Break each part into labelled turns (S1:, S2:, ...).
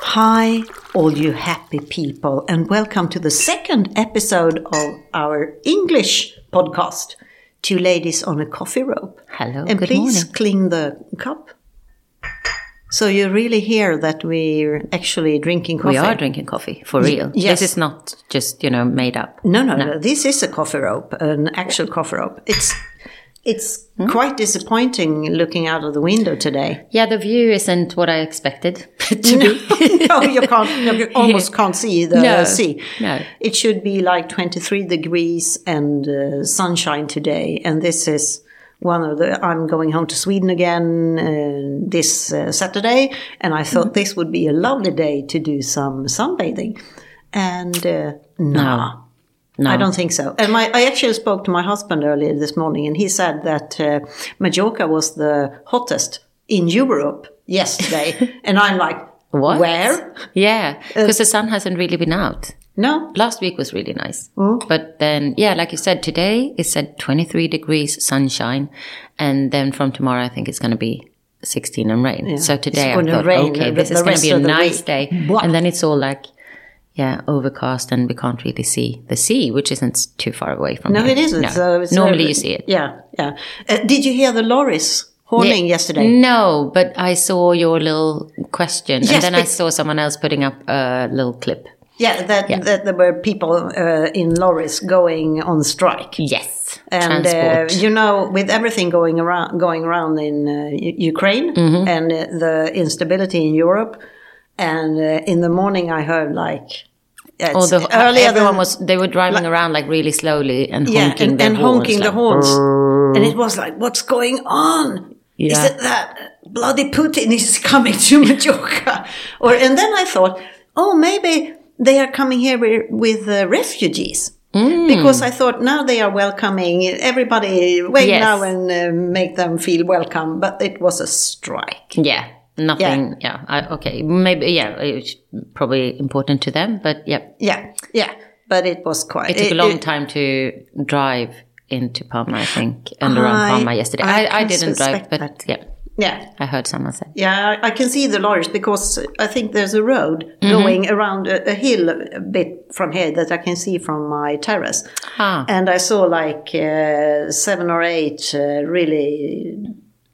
S1: Hi, all you happy people, and welcome to the second episode of our English podcast, Two Ladies on a Coffee Rope.
S2: Hello,
S1: and
S2: Oh, good
S1: please
S2: morning.
S1: cling the cup. So you really hear that we're actually drinking coffee.
S2: We are drinking coffee for real.
S1: yes.
S2: This is not just you know made up.
S1: No, no, no. This is a coffee rope, an actual coffee rope. It's it's
S2: Hmm?
S1: quite disappointing looking out of the window today.
S2: Yeah, the view isn't what I expected it to
S1: no,
S2: be.
S1: you can't. no, you almost can't see the
S2: No,
S1: sea.
S2: no.
S1: It should be like 23 degrees and uh, sunshine today. And this is one of the. I'm going home to Sweden again uh, this uh, Saturday, and I
S2: Mm.
S1: thought this would be a lovely day to do some sunbathing. And uh, nah.
S2: No.
S1: I don't think so. And my, I actually spoke to my husband earlier this morning, and he said that uh, Majorca was the hottest in Europe yesterday. and I'm like,
S2: What?
S1: Where?
S2: Yeah, because the sun hasn't really been out.
S1: No.
S2: Last week was really nice,
S1: Mm.
S2: but then yeah, like you said, today it said 23 degrees sunshine, and then from tomorrow I think it's going to be 16 and rain. So today
S1: It's
S2: I
S1: gonna
S2: thought,
S1: rain
S2: okay,
S1: the-
S2: this is
S1: the
S2: going to be
S1: rest
S2: a
S1: of the
S2: nice
S1: week.
S2: day,
S1: Blah.
S2: and then it's all like. Yeah, overcast, and we can't really see the sea, which isn't too far away from
S1: No,
S2: here.
S1: it isn't. So it's
S2: Normally,
S1: very-
S2: you see it.
S1: Yeah, yeah. Uh, did you hear the lorries horning
S2: Mm.
S1: yesterday?
S2: No, but I saw your little question,
S1: Yes,
S2: and then I
S1: but-
S2: saw someone else putting up a little clip.
S1: Yeah, that, that there were people uh, in lorries going on strike.
S2: Yes,
S1: And uh,
S2: transport.
S1: you know, with everything going around, going around in uh, U- Ukraine
S2: Mm-hmm.
S1: and uh, the instability in Europe, and uh, in the morning I heard like it's
S2: Although
S1: earlier
S2: Oh, everyone
S1: than-
S2: was, they were driving around like really slowly and
S1: yeah,
S2: honking
S1: and,
S2: their
S1: and
S2: horns,
S1: honking the
S2: like,
S1: horns, and it was like, what's going on? Is
S2: Yeah.
S1: it that bloody Putin is coming to Majorca? or and then I thought, oh, maybe they are coming here with, with uh, refugees.
S2: Mm.
S1: Because I thought now they are welcoming everybody. Wait
S2: Yes.
S1: now and uh, make them feel welcome. But it was a strike.
S2: Yeah, nothing. Yeah, I, okay, maybe. Yeah, it's probably important to them, but yeah,
S1: Yeah, yeah. But it was quite.
S2: it took a long time to drive into Palma, I think, and around
S1: I-
S2: Palma yesterday.
S1: I
S2: I, I,
S1: can
S2: didn't drive,
S1: suspect
S2: but
S1: that.
S2: yeah,
S1: Yeah,
S2: I heard someone say.
S1: Yeah, I- I can see the lorries because I think there's a road going around a, a hill a bit from here that I can see from my terrace.
S2: Ah.
S1: And I saw like uh, seven or eight uh, really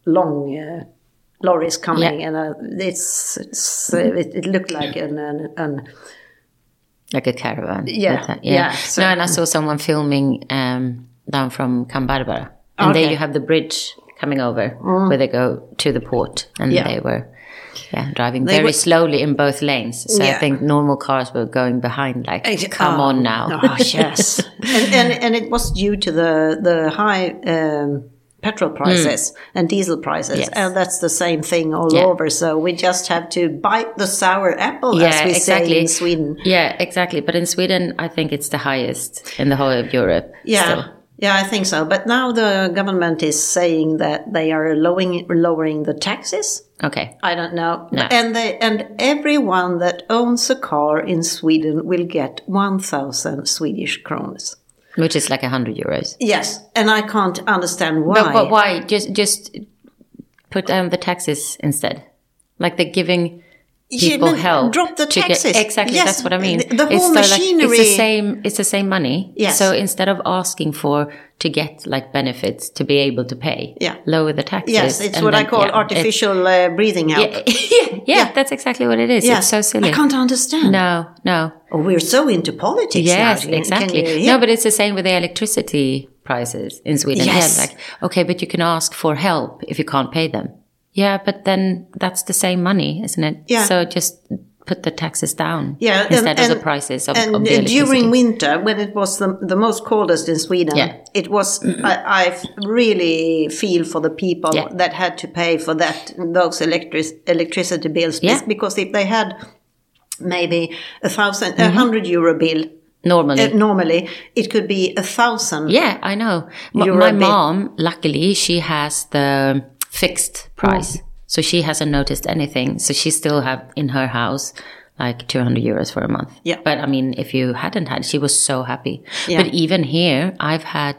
S1: long uh, lorries coming, and uh, it's, it's uh, it, it looked like an, an, an
S2: like a caravan.
S1: Yeah,
S2: with that,
S1: yeah, so-
S2: no, and I saw someone filming um, down from Kambarbara, and there
S1: Okay. Mm.
S2: you have the bridge coming over where they go to the port, and
S1: Yeah.
S2: they were. Yeah, driving very
S1: were-
S2: slowly in both lanes. So
S1: Yeah.
S2: I think normal cars were going behind, like, come
S1: Oh,
S2: on now.
S1: Oh yes, and, and and it was due to the the high um, petrol prices and diesel prices,
S2: Hmm. Yes.
S1: and that's the same thing all
S2: Yeah.
S1: over. So we just have to bite the sour apple, as
S2: Yeah,
S1: we say
S2: exactly.
S1: in Sweden.
S2: Yeah, exactly. But in Sweden, I think it's the highest in the whole of Europe.
S1: Yeah.
S2: still.
S1: Yeah, I think so. But now the government is saying that they are lowering, lowering the taxes.
S2: Okay.
S1: I don't know.
S2: No.
S1: And they and everyone that owns a car in Sweden will get 1000 Swedish kronas.
S2: Which is like 100 euros.
S1: Yes, and I can't understand why.
S2: But, but why? Just just put down the taxes instead. Like they're giving people
S1: know,
S2: help.
S1: drop the
S2: to get-
S1: taxes.
S2: exactly,
S1: Yes,
S2: that's what I mean.
S1: the- the whole
S2: so like- it's
S1: machinery-
S2: the same. It's the same money.
S1: Yes.
S2: So instead of asking for to get like benefits to be able to pay,
S1: Yeah.
S2: lower the taxes.
S1: Yes, it's
S2: and
S1: what I
S2: then-
S1: call
S2: yeah, it-
S1: artificial uh, breathing help.
S2: yeah, yeah, that's exactly what it is.
S1: Yes.
S2: It's so silly.
S1: I can't understand.
S2: No, no.
S1: Oh, we're so into politics
S2: Yes,
S1: now. Can-
S2: exactly.
S1: Can you hear?
S2: no, but it's the same with the electricity prices in Sweden.
S1: Yes.
S2: Yeah, like, okay, but you can ask for help if you can't pay them. Yeah, but then that's the same money, isn't it?
S1: Yeah.
S2: So just put the taxes down
S1: Yeah, and-
S2: instead of
S1: and-
S2: the prices of,
S1: and
S2: of
S1: uh,
S2: the electricity.
S1: during winter, when it was the, the most coldest in Sweden,
S2: Yeah.
S1: it was. I, I f- really feel for the people
S2: Yeah.
S1: that had to pay for that those electric electricity bills
S2: Yeah.
S1: because if they had maybe a 1000 a
S2: Mm-hmm.
S1: hundred euro bill
S2: normally.
S1: uh, normally, it could be a thousand.
S2: yeah, I know. M-
S1: You're a
S2: my
S1: bit-
S2: mom, luckily, she has the fixed price.
S1: Mm.
S2: So she hasn't noticed anything. So she still have in her house like 200 euros for a month.
S1: Yeah.
S2: But I mean, if you hadn't had, she was so happy.
S1: Yeah.
S2: But even here, I've had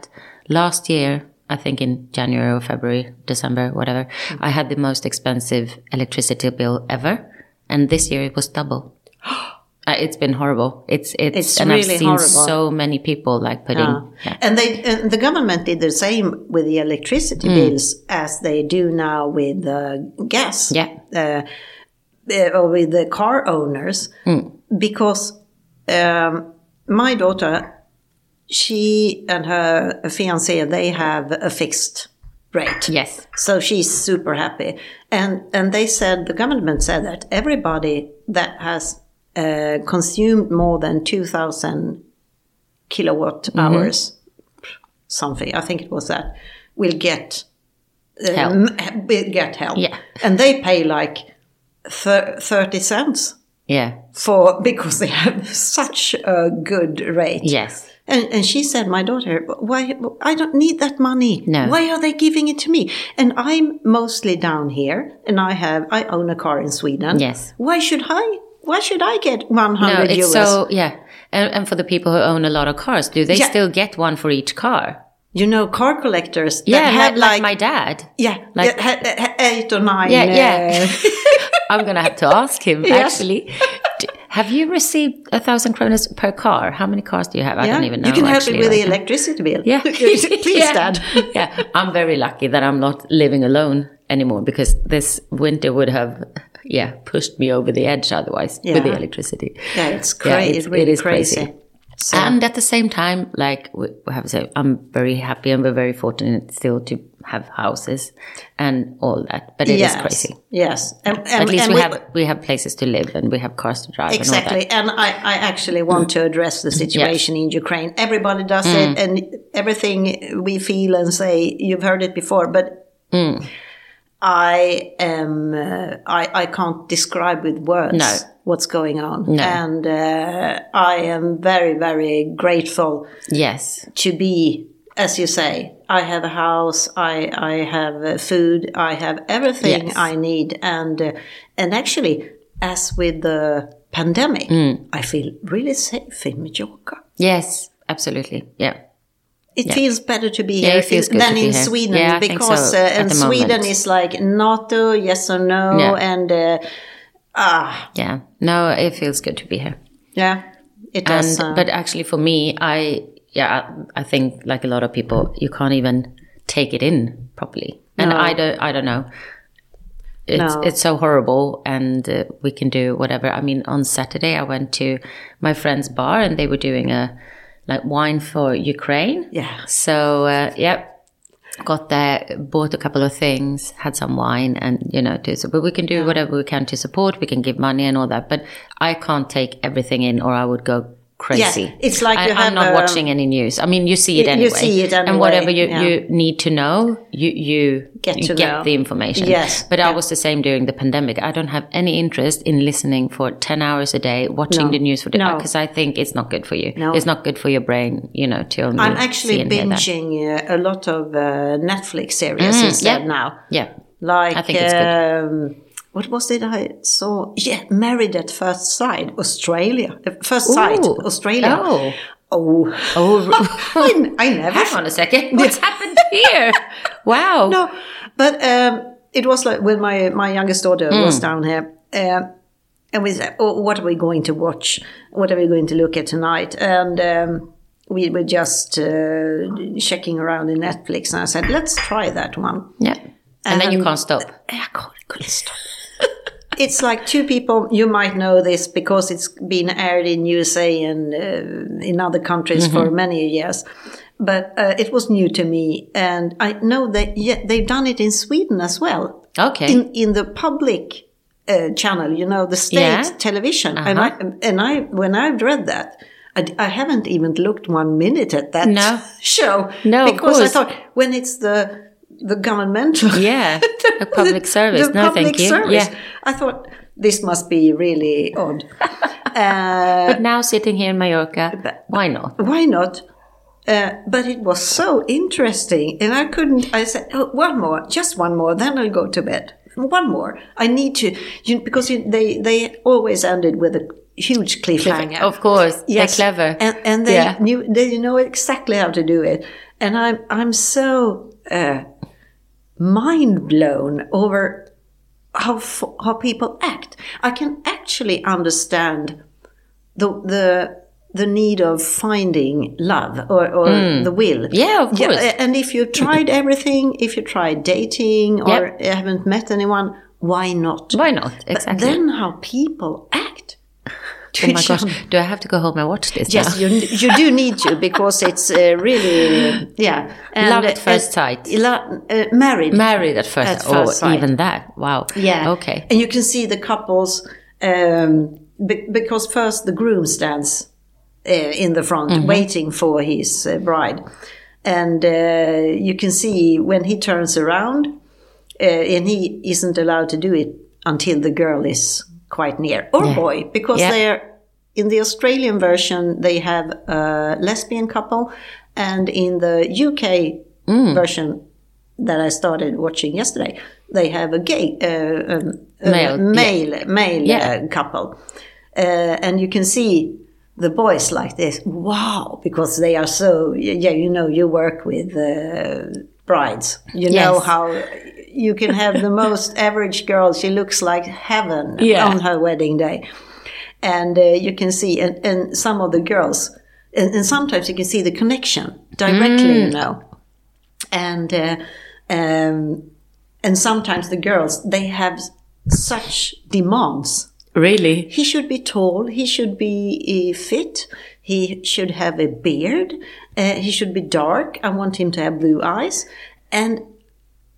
S2: last year, I think in January
S1: Mm.
S2: or February, December, whatever, I had the most expensive electricity bill ever. and this year it was double. Uh, it's been horrible. It's it's,
S1: It's
S2: and I've
S1: really
S2: seen
S1: horrible.
S2: so many people like putting yeah.
S1: And they and the government did the same with the
S2: Mm.
S1: electricity bills as they do now with uh, gas.
S2: Yeah.
S1: Uh, uh, or with the car owners
S2: Mm.
S1: because um, my daughter, she and her fiance, they have a fixed rate.
S2: Yes.
S1: So she's super happy. And and they said the government said that everybody that has uh, consumed more than two thousand kilowatt
S2: Mm-hmm.
S1: hours, something I think it was that, will get uh,
S2: Help.
S1: m- will get help.
S2: Yeah.
S1: And they pay like thir- thirty cents
S2: Yeah.
S1: for because they have such a good rate.
S2: Yes.
S1: And, and she said, my daughter, why, I don't need that money.
S2: No.
S1: Why are they giving it to me? And I'm mostly down here and I have, I own a car in Sweden.
S2: Yes.
S1: Why should I, why should I get
S2: No,
S1: 100
S2: it's
S1: euros?
S2: so yeah. And, and for the people who own a lot of cars, do they
S1: Yeah.
S2: still get one for each car?
S1: you know, car collectors that
S2: Yeah,
S1: have
S2: like, like
S1: like,
S2: my dad.
S1: yeah,
S2: like-
S1: yeah, ha- ha- eight or nine.
S2: Yeah,
S1: uh,
S2: yeah. I'm gonna have to ask him
S1: Yes.
S2: actually. D- Have you received a thousand kroners per car? How many cars do you have? I
S1: yeah.
S2: don't even know.
S1: you can help
S2: actually,
S1: me with the
S2: right now.
S1: electricity bill.
S2: Yeah.
S1: Please,
S2: Yeah.
S1: Dad.
S2: Yeah. I'm very lucky that I'm not living alone anymore because this winter would have, yeah, pushed me over the edge otherwise with the
S1: Yeah.
S2: electricity.
S1: Yeah, it's
S2: Yeah,
S1: crazy.
S2: it's-
S1: it's really
S2: it is
S1: crazy.
S2: crazy.
S1: So,
S2: And at the same time, like we we have said, I'm very happy and we're very fortunate still to have houses and all that. But it is
S1: yes,
S2: crazy.
S1: Yes. And, and,
S2: At least
S1: and
S2: we
S1: with-
S2: have we have places to live and we have cars to drive and all that. Mm.
S1: Exactly. And I, I actually want to address the situation in Ukraine. Everybody does it, and everything we feel and say, you've heard it before, but
S2: Mm.
S1: I am, uh, I, I can't describe with words
S2: No.
S1: what's going on. And uh, I am very, very grateful
S2: Yes.
S1: to be, as you say, I have a house, I, I have uh, food, I have everything
S2: Yes.
S1: I need, and uh, and actually, as with the pandemic,
S2: Mm.
S1: I feel really safe in Mallorca.
S2: Yes. Absolutely. Yeah.
S1: It feels better to be here
S2: it feels good
S1: than
S2: to be
S1: in
S2: here.
S1: Sweden
S2: Yeah, I think
S1: because
S2: so,
S1: uh,
S2: at
S1: and
S2: the
S1: Sweden
S2: moment.
S1: is like NATO, yes or no,
S2: Yeah.
S1: and uh,
S2: Yeah. No, it feels good to be here.
S1: yeah, it
S2: and
S1: does. uh,
S2: but actually for me i yeah I, I think like a lot of people you can't even take it in properly and
S1: No.
S2: i don't i don't know it's
S1: No.
S2: it's so horrible and uh, we can do whatever i mean on saturday i went to my friend's bar and they were doing a like wine for ukraine
S1: Yeah.
S2: so uh, yeah got there bought a couple of things had some wine and you know do so but we can do whatever we can to support we can give money and all that but i can't take everything in or i would go crazy
S1: Yeah, it's like
S2: I,
S1: you
S2: i'm
S1: have
S2: not
S1: a-
S2: watching any news i mean you see it
S1: You- you
S2: anyway
S1: see it
S2: and
S1: anyway,
S2: whatever you,
S1: yeah.
S2: you need to know you you
S1: Get
S2: you
S1: to
S2: get
S1: know.
S2: the information
S1: Yes,
S2: but i was the same during the pandemic i don't have any interest in listening for 10 hours a day watching
S1: No.
S2: the news for
S1: No.
S2: because i think it's not good for you
S1: No.
S2: it's not good for your brain you know to only
S1: I'm actually
S2: see and hear that. Mm,
S1: binging uh, a lot of uh, Netflix series instead
S2: yeah.
S1: now.
S2: yeah
S1: Like,
S2: I think it's
S1: um, what was it I saw? Yeah, Married at First Sight, Australia. Uh, First Sight,
S2: Ooh.
S1: Australia.
S2: Oh.
S1: Oh. I, n- I never.
S2: Hang on a second. What's happened here? Wow.
S1: No, but um, it was like when my, my youngest daughter
S2: Hmm.
S1: was down here. Um, and we said, oh, what are we going to watch? What are we going to look at tonight? And um, we were just uh, checking around in Netflix. And I said, let's try that one.
S2: Yeah. And, then you
S1: And-
S2: can't stop.
S1: I can't- couldn't stop. it's like two people. You might know this because it's been aired in USA and uh, in other countries for many years. But uh, it was new to me, and I know that yeah, they've done it in Sweden as well
S2: Okay.
S1: in in the public uh, channel, you know, the state
S2: Yeah. Uh-huh.
S1: television. And I and I when I've read that, I, d- I haven't even looked one minute at that
S2: No.
S1: show.
S2: No, of
S1: because I
S2: course.
S1: thought when it's the the governmental,
S2: Yeah, a public service.
S1: the
S2: No,
S1: public
S2: thank you.
S1: service.
S2: Yeah.
S1: I thought this must be really odd. uh,
S2: but now sitting here in Mallorca, why not?
S1: why not? Uh, but it was so interesting, and I couldn't. I said, oh, one more, just one more, then I'll go to bed. One more. I need to, you, because you, they they always ended with a huge cliffhanger.
S2: Of course, they're clever.
S1: and, and they
S2: Yeah.
S1: knew they know exactly how to do it. And I'm I'm so uh, mind blown over how f- how people act. I can actually understand the the the need of finding love or, or the will.
S2: Hmm. Yeah, of course.
S1: a- and if you tried everything, if you tried dating or haven't met anyone, why not?
S2: Why not?
S1: But
S2: Exactly.
S1: then how people act. to
S2: oh my
S1: each
S2: gosh.
S1: other.
S2: Do I have to go home and watch this?
S1: Yes,
S2: now?
S1: you, you do need to because it's uh, really yeah. And,
S2: Love at first sight.
S1: la- uh, married.
S2: Married at first,
S1: At first
S2: or
S1: sight.
S2: even that. Wow.
S1: yeah.
S2: Okay.
S1: And you can see the couples um, be- because first the groom stands uh, in the front
S2: Mm-hmm.
S1: waiting for his uh, bride, and uh, you can see when he turns around, uh, and he isn't allowed to do it until the girl is quite near or boy because
S2: Yeah.
S1: they're in the Australian version they have a lesbian couple and in the UK
S2: Mm.
S1: version that I started watching yesterday they have a gay uh, um, uh,
S2: Male, yeah.
S1: male male
S2: Yeah.
S1: uh, couple uh, and you can see the boys like this wow because they are so yeah you know you work with uh, brides you know
S2: Yes.
S1: how you can have the most average girl she looks like heaven
S2: Yeah.
S1: on her wedding day and uh, you can see and, and some of the girls and, and sometimes you can see the connection directly you know and uh, um, and sometimes the girls they have such demands
S2: Really?
S1: he should be tall. He should be uh, fit. He should have a beard. Uh, he should be dark. I want him to have blue eyes. And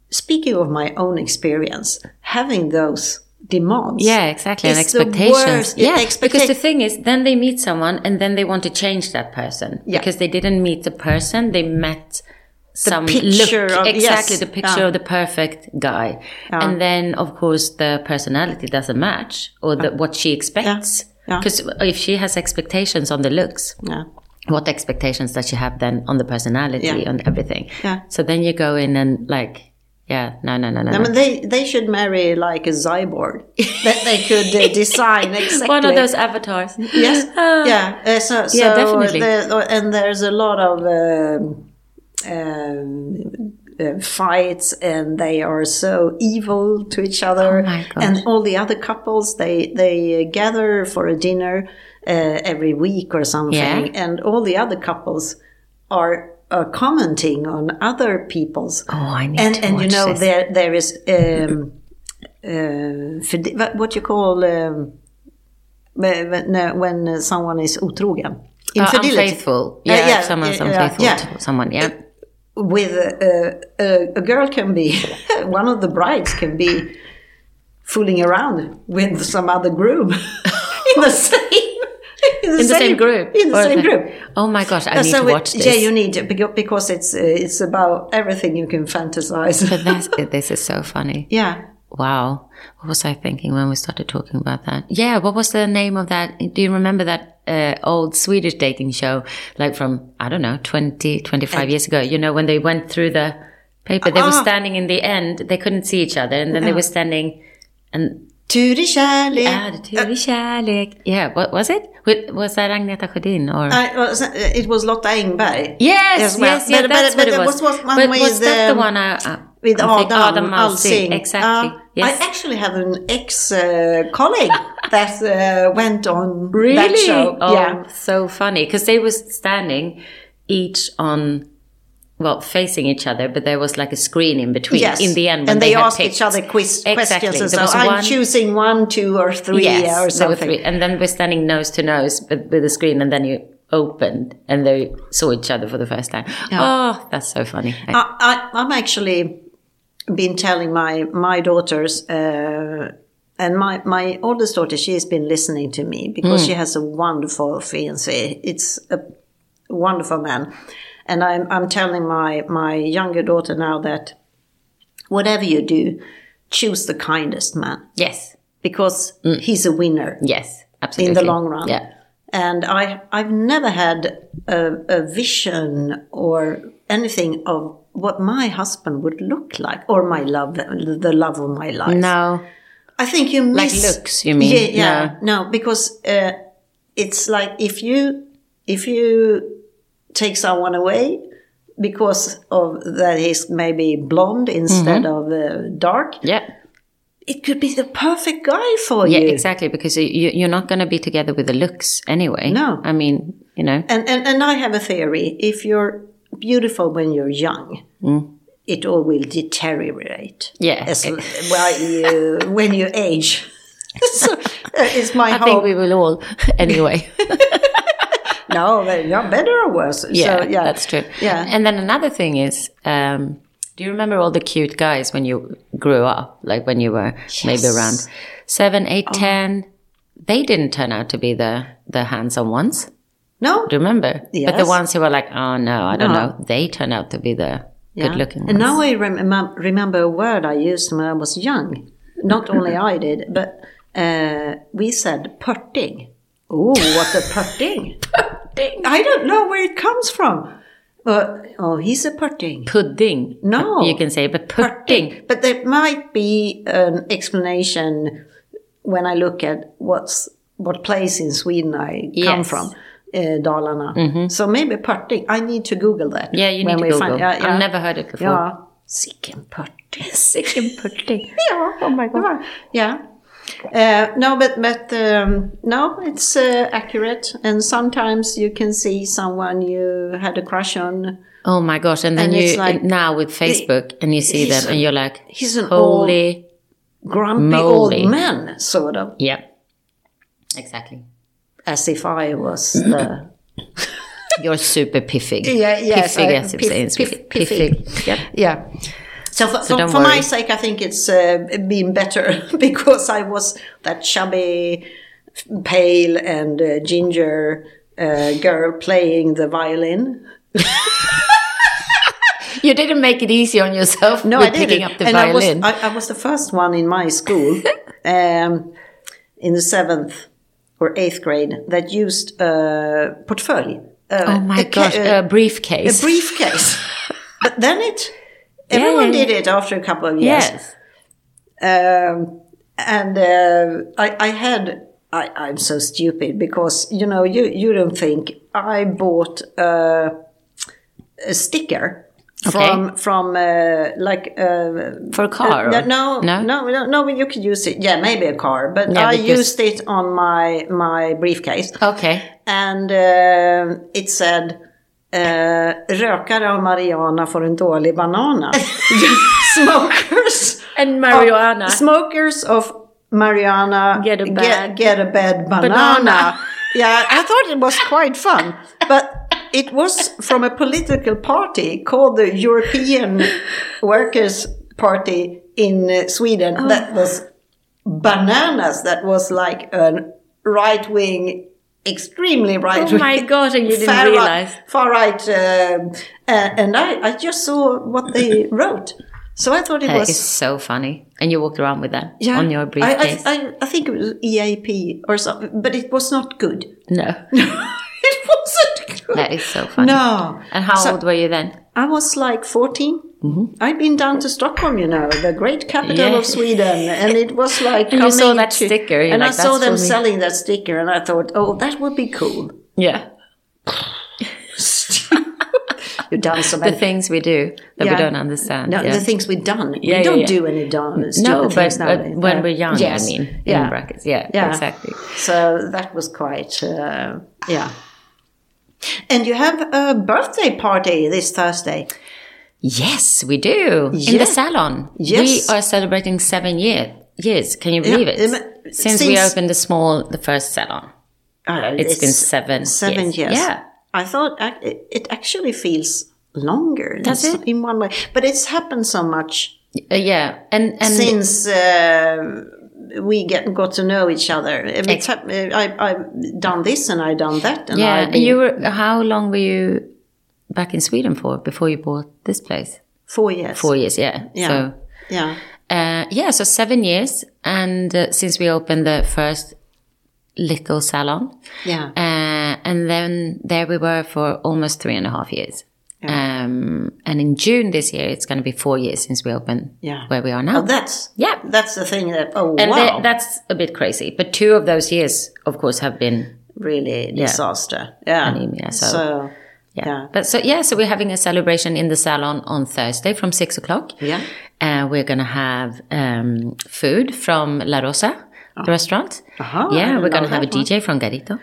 S1: speaking of my own experience, having those demands.
S2: Yeah, exactly. And
S1: is the
S2: expectations.
S1: worst.
S2: yeah,
S1: Expecta-
S2: because the thing is, then they meet someone and then they want to change that person
S1: Yeah.
S2: because they didn't meet the person; they met some
S1: picture
S2: look,
S1: of-
S2: exactly
S1: yes. Ah.
S2: the picture
S1: Yeah.
S2: of the perfect guy, and then of course the personality doesn't match or the, what she expects.
S1: Ah. Yeah.
S2: Because if she has expectations on the looks,
S1: Yeah.
S2: what expectations does she have then on the personality
S1: Yeah.
S2: on everything?
S1: Yeah.
S2: So then you go in and like, yeah, no, no, no, no.
S1: I
S2: no.
S1: mean, they, they should marry like a cyborg that they could uh, design exactly.
S2: One of those avatars.
S1: Yes. yeah. Uh, so, so
S2: Ah. Yeah, definitely.
S1: there- uh, and there's a lot of um, um, uh, fights, and they are so evil to each other.
S2: Oh my God.
S1: And all the other couples, they they uh, gather for a dinner uh, every week or something,
S2: Yeah.
S1: and all the other couples are. Are commenting on other people's,
S2: Oh, I need
S1: and
S2: to
S1: and you
S2: watch
S1: know
S2: this.
S1: there there is um, uh, fide- what- what you call um, when, when- uh, when uh, someone is otrogen.
S2: Uh,
S1: Infidelity.
S2: unfaithful.
S1: Uh,
S2: Yeah,
S1: yeah,
S2: if someone's
S1: yeah, yeah,
S2: unfaithful
S1: yeah.
S2: to someone. Yeah.
S1: With uh, uh, a girl can be, one of the brides can be fooling around with some other groom in the same. In the,
S2: In the same, group.
S1: In the
S2: or
S1: same
S2: the-
S1: group.
S2: Oh my gosh, I
S1: Uh,
S2: need
S1: so
S2: to
S1: it-
S2: watch this.
S1: Yeah, you need to becau- because it's uh, it's about everything you can fantasize.
S2: but that's, this is so funny.
S1: yeah,
S2: Wow. What was I thinking when we started talking about that? Yeah, what was the name of that? Do you remember that uh, old Swedish dating show, like from, I don't know, 20, 25 years ago? You know, when they went through the paper, they were
S1: Ah.
S2: standing in the end, they couldn't see each other, and then they were standing and.
S1: Tudy kärlek.
S2: Ah, det tog vi kärlek. Yeah, what was it? Wa- Was that Agneta Sjödin or?
S1: I, was- it was Lotta Engberg.
S2: Yes,
S1: as
S2: yes,
S1: well.
S2: yeah,
S1: But-
S2: that's
S1: but-
S2: what
S1: but
S2: it was.
S1: what was one
S2: but
S1: with,
S2: was that the
S1: um,
S2: one uh, I, I,
S1: with
S2: I
S1: Adam,
S2: think Adam Alsing? Exactly.
S1: Uh,
S2: yes.
S1: I actually have an ex uh, colleague that uh, went on that
S2: really?
S1: show.
S2: Oh,
S1: Yeah.
S2: so funny because they were standing each on. Well, facing each other, but there was like a screen in between.
S1: Yes.
S2: In the end, when
S1: and they,
S2: had
S1: asked
S2: picked.
S1: each other quiz,
S2: Exactly.
S1: questions, and so
S2: There was
S1: I'm
S2: one-
S1: choosing one, two, or three, yeah, or
S2: there were
S1: something.
S2: three. And then we're standing nose to nose with, with the screen, and then you opened and they saw each other for the first time. Oh, that's so funny.
S1: Uh, I, I, I'm actually been telling my my daughters, uh, and my my oldest daughter, she has been listening to me because she has a wonderful fiance. It's a wonderful man, and I'm I'm telling my my younger daughter now that whatever you do, choose the kindest man
S2: yes,
S1: because he's a winner
S2: yes, absolutely.
S1: long run.
S2: Yeah.
S1: and I I've never had a, a vision or anything of what my husband would look like or my love the love of my life.
S2: No.
S1: I think you
S2: Like
S1: miss
S2: looks, you mean?
S1: yeah yeah no, because uh, it's like if you if you take someone away
S2: Mm-hmm.
S1: because of that he's maybe blonde instead of uh, dark
S2: Yeah.
S1: it could be the perfect guy for
S2: Yeah,
S1: you.
S2: exactly. Because you, you're not going to be together with the looks anyway.
S1: No.
S2: I mean, you know,
S1: And, and and I have a theory: if you're beautiful when you're young, it all will deteriorate.
S2: Hmm? Yeah.
S1: as well you when you age. so uh, it's my
S2: I
S1: hope.
S2: think we will all anyway.
S1: no, but you're better or worse.
S2: yeah,
S1: so, yeah,
S2: that's true.
S1: Yeah.
S2: And then another thing is, um, do you remember all the cute guys when you grew up, like when you were maybe around seven, eight,
S1: Oh.
S2: ten? They didn't turn out to be the the handsome ones.
S1: No,
S2: Do you remember? But the
S1: Yes.
S2: ones who were like, oh no, I don't
S1: No.
S2: know, they turned out to be the
S1: Yeah.
S2: good looking ones.
S1: And now I rem- remem- remember a word I used when I was young. Not only I did, but uh, we said putting. Oh, what a putting! I don't know where it comes from. Uh, oh, he's a putting.
S2: Pudding.
S1: No.
S2: You can say, but pudding.
S1: But there might be an explanation when I look at what's what place in Sweden I come
S2: Yes. Mm-hmm.
S1: from, uh, Dalarna. So maybe putting. I need to Google that.
S2: Yeah, you need
S1: when
S2: to
S1: we
S2: Google.
S1: find- yeah, yeah.
S2: I've never heard it before.
S1: Yeah. Sicken putting. Sicken putting. yeah. Oh my god. Yeah. Uh, no, but but um, no, it's uh, accurate. And sometimes you can see someone you had a crush on.
S2: Oh my gosh! And then
S1: And
S2: you
S1: it's like-
S2: now with Facebook, and you see
S1: he's
S2: them, and you're like,
S1: He's an old,
S2: "Holy,
S1: grumpy
S2: moly.
S1: old man, sort of.
S2: yeah, exactly."
S1: As if I was the
S2: You're super piffig.
S1: Mm-hmm. Yeah, yes,
S2: piffig,
S1: I-
S2: as it's
S1: piff-
S2: in Swedish.
S1: piff- piffig.
S2: Piffig. Yep.
S1: yeah. So for, for,
S2: don't
S1: for my
S2: worry.
S1: sake, I think it's uh, been better because I was that chubby, pale, and uh, ginger uh, girl playing the violin.
S2: You didn't make it easy on yourself.
S1: No,
S2: with
S1: I didn't.
S2: picking up the
S1: and
S2: violin.
S1: I was, I, I was the first one in my school, um, in the seventh or eighth grade, that used a portfolio. Uh,
S2: oh my
S1: a ca-
S2: gosh!
S1: a-
S2: A, briefcase.
S1: a briefcase. but then it, everyone
S2: yeah,
S1: did it after a couple of years.
S2: yes.
S1: Um, and uh, I, I had, I, I'm so stupid because, you know, you, you don't think I bought a, a sticker. From from uh, like uh,
S2: For a car.
S1: no,
S2: or-
S1: no,
S2: no.
S1: no, no, no, but you could use it. Yeah, maybe a car, but
S2: Yeah,
S1: I
S2: because-
S1: used it on my my briefcase
S2: Okay.
S1: and uh, it said uh, rökare av Mariana får en dålig banana. smokers,
S2: And marijuana.
S1: Oh, smokers of Mariana
S2: Get a
S1: get,
S2: bad-
S1: get a bad banana.
S2: Banana.
S1: Yeah, I thought it was quite fun, but it was from a political party called the European Workers Party in uh, Sweden
S2: Oh.
S1: that was bananas that was like a right wing, extremely right wing.
S2: oh my gosh! And you didn't
S1: far
S2: realize.
S1: Right, far right. um, uh, and I, I just saw what they wrote. So I thought it
S2: That
S1: was.
S2: is so funny. And you walked around with that
S1: yeah,
S2: on your
S1: I,
S2: briefcase.
S1: I, I, I think it was EAP or something, but it was not good.
S2: no,
S1: it wasn't good.
S2: that is so funny.
S1: No.
S2: And how old were you then?
S1: I was like 14. I'd been down to Stockholm, you know, the great capital
S2: Mm-hmm. Yeah.
S1: of Sweden, and it was like
S2: you saw
S1: coming
S2: that
S1: to-
S2: sticker, you're
S1: and
S2: like,
S1: I saw
S2: "That's
S1: them
S2: for me."
S1: selling that sticker, and I thought, oh, that would be cool.
S2: Yeah.
S1: You've done so
S2: the
S1: many.
S2: things we do that we
S1: Yeah.
S2: don't understand.
S1: No,
S2: yeah.
S1: the things we've done.
S2: Yeah,
S1: we don't
S2: yeah,
S1: do any dumb, stupid
S2: no, but,
S1: things
S2: but
S1: nowadays.
S2: when
S1: Yeah.
S2: we're young,
S1: yes.
S2: I mean, in
S1: yeah.
S2: brackets, yeah,
S1: Yeah.
S2: exactly.
S1: So that was quite, uh, yeah. And you have a birthday party this Thursday.
S2: Yes, we do in the
S1: Yeah.
S2: salon.
S1: Yes.
S2: we are celebrating seven year, years. Can you believe
S1: Yeah, um,
S2: it? Since, we
S1: since-
S2: opened the small, the first salon,
S1: Uh,
S2: it's been seven,
S1: seven years.
S2: Yeah,
S1: I thought ac- it it actually feels longer. in
S2: Does
S1: s-
S2: it?
S1: in one way? But it's happened so much
S2: Uh, yeah, and and
S1: since uh, we get got to know each other. It's hap- uh, I, I've done this and I've done that, and
S2: yeah,
S1: I've been
S2: you were. How long were you back in Sweden for before you bought this place?
S1: four years.
S2: Four years. Yeah.
S1: Yeah.
S2: So
S1: Yeah.
S2: Uh, yeah, so seven years, and uh, since we opened the first little salon,
S1: Yeah.
S2: uh, and then there we were for almost three and a half years. Um, and in June this year, it's going to be four years since we opened
S1: Yeah.
S2: where we are now.
S1: Oh, that's
S2: Yeah.
S1: That's the thing that oh
S2: and
S1: wow,
S2: tha- that's a bit crazy, but two of those years, of course, have been
S1: really disaster. Yeah.
S2: anemia. So,
S1: So
S2: Yeah.
S1: Yeah.
S2: But so, yeah, so we're having a celebration in the salon on Thursday from six o'clock.
S1: Yeah.
S2: Uh, we're going to have um, food from La Rosa, the restaurant.
S1: Oh. Uh-huh, I
S2: yeah,
S1: didn't
S2: we're going to
S1: know
S2: have a
S1: that one.
S2: DJ from Garito.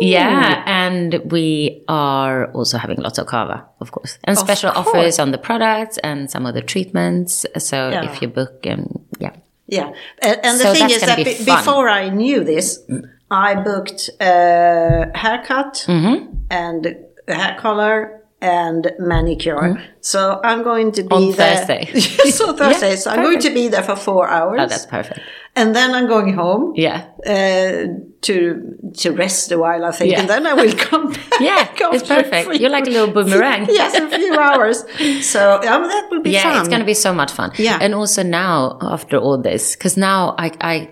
S2: Yeah, and we are also having lots of cava, of course, and special
S1: course.
S2: offers on the products and some of the treatments. So
S1: Yeah.
S2: if you book, um, yeah.
S1: Yeah, and, and the
S2: So
S1: thing
S2: that's
S1: is that
S2: gonna be
S1: be-
S2: fun. Mm.
S1: before I knew this, I booked a haircut
S2: Mm-hmm.
S1: and a hair color and manicure. So I'm going to be
S2: Mm-hmm. On
S1: there
S2: Thursday.
S1: so Thursday.
S2: Yeah,
S1: so I'm going to be there for four hours,
S2: Oh, that's perfect.
S1: and then I'm going home
S2: Yeah.
S1: uh, to to rest a while, I think,
S2: Yeah.
S1: and then I will come back.
S2: Yeah,
S1: after
S2: it's perfect.
S1: three-
S2: You're like a little boomerang.
S1: yes, a few hours. So um, that will be
S2: yeah,
S1: fun.
S2: it's going to be so much fun.
S1: Yeah.
S2: And also now, after all this, because now I, I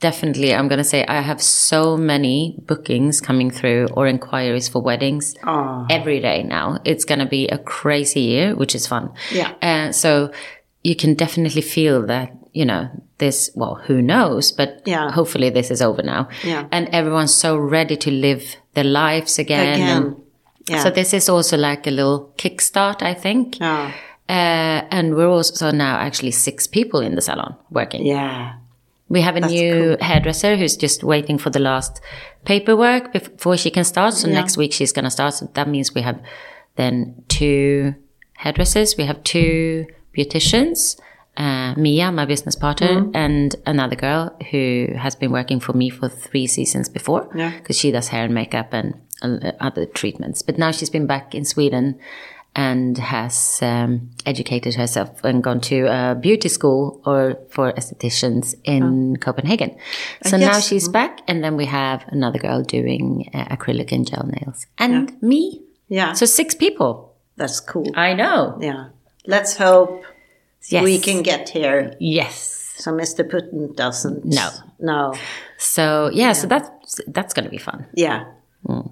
S2: definitely, I'm going to say I have so many bookings coming through or inquiries for weddings every day now. It's going to be a crazy year, which is fun.
S1: Yeah.
S2: Uh, so you can definitely feel that, you know, this, well, who knows, but
S1: Yeah.
S2: hopefully this is over now.
S1: Yeah.
S2: And everyone's so ready to live their lives again. and-
S1: again. Yeah.
S2: So this is also like a little kickstart, I think.
S1: yeah.
S2: Uh, and we're also now actually six people in the salon working.
S1: Yeah.
S2: We have a new hairdresser who's just waiting for the last paperwork bef- before she can start. So next week she's going to start. So that means we have then two hairdressers, we have two beauticians, uh, Mia, my business partner,
S1: Mm-hmm.
S2: and another girl who has been working for me for three seasons before
S1: Yeah.
S2: because she does hair and makeup and uh, other treatments. But now she's been back in Sweden and has um, educated herself and gone to a beauty school or for estheticians in Copenhagen. So now
S1: Oh. Uh, yes. Mm-hmm.
S2: she's back, and then we have another girl doing uh, acrylic and gel nails, and me.
S1: Yeah.
S2: So six people.
S1: That's cool.
S2: I know.
S1: Yeah. Let's hope
S2: Yes.
S1: we can get here
S2: Yes.
S1: so Mr. Putin doesn't.
S2: No.
S1: No.
S2: So yeah. So that's that's gonna be fun.
S1: Yeah.
S2: And,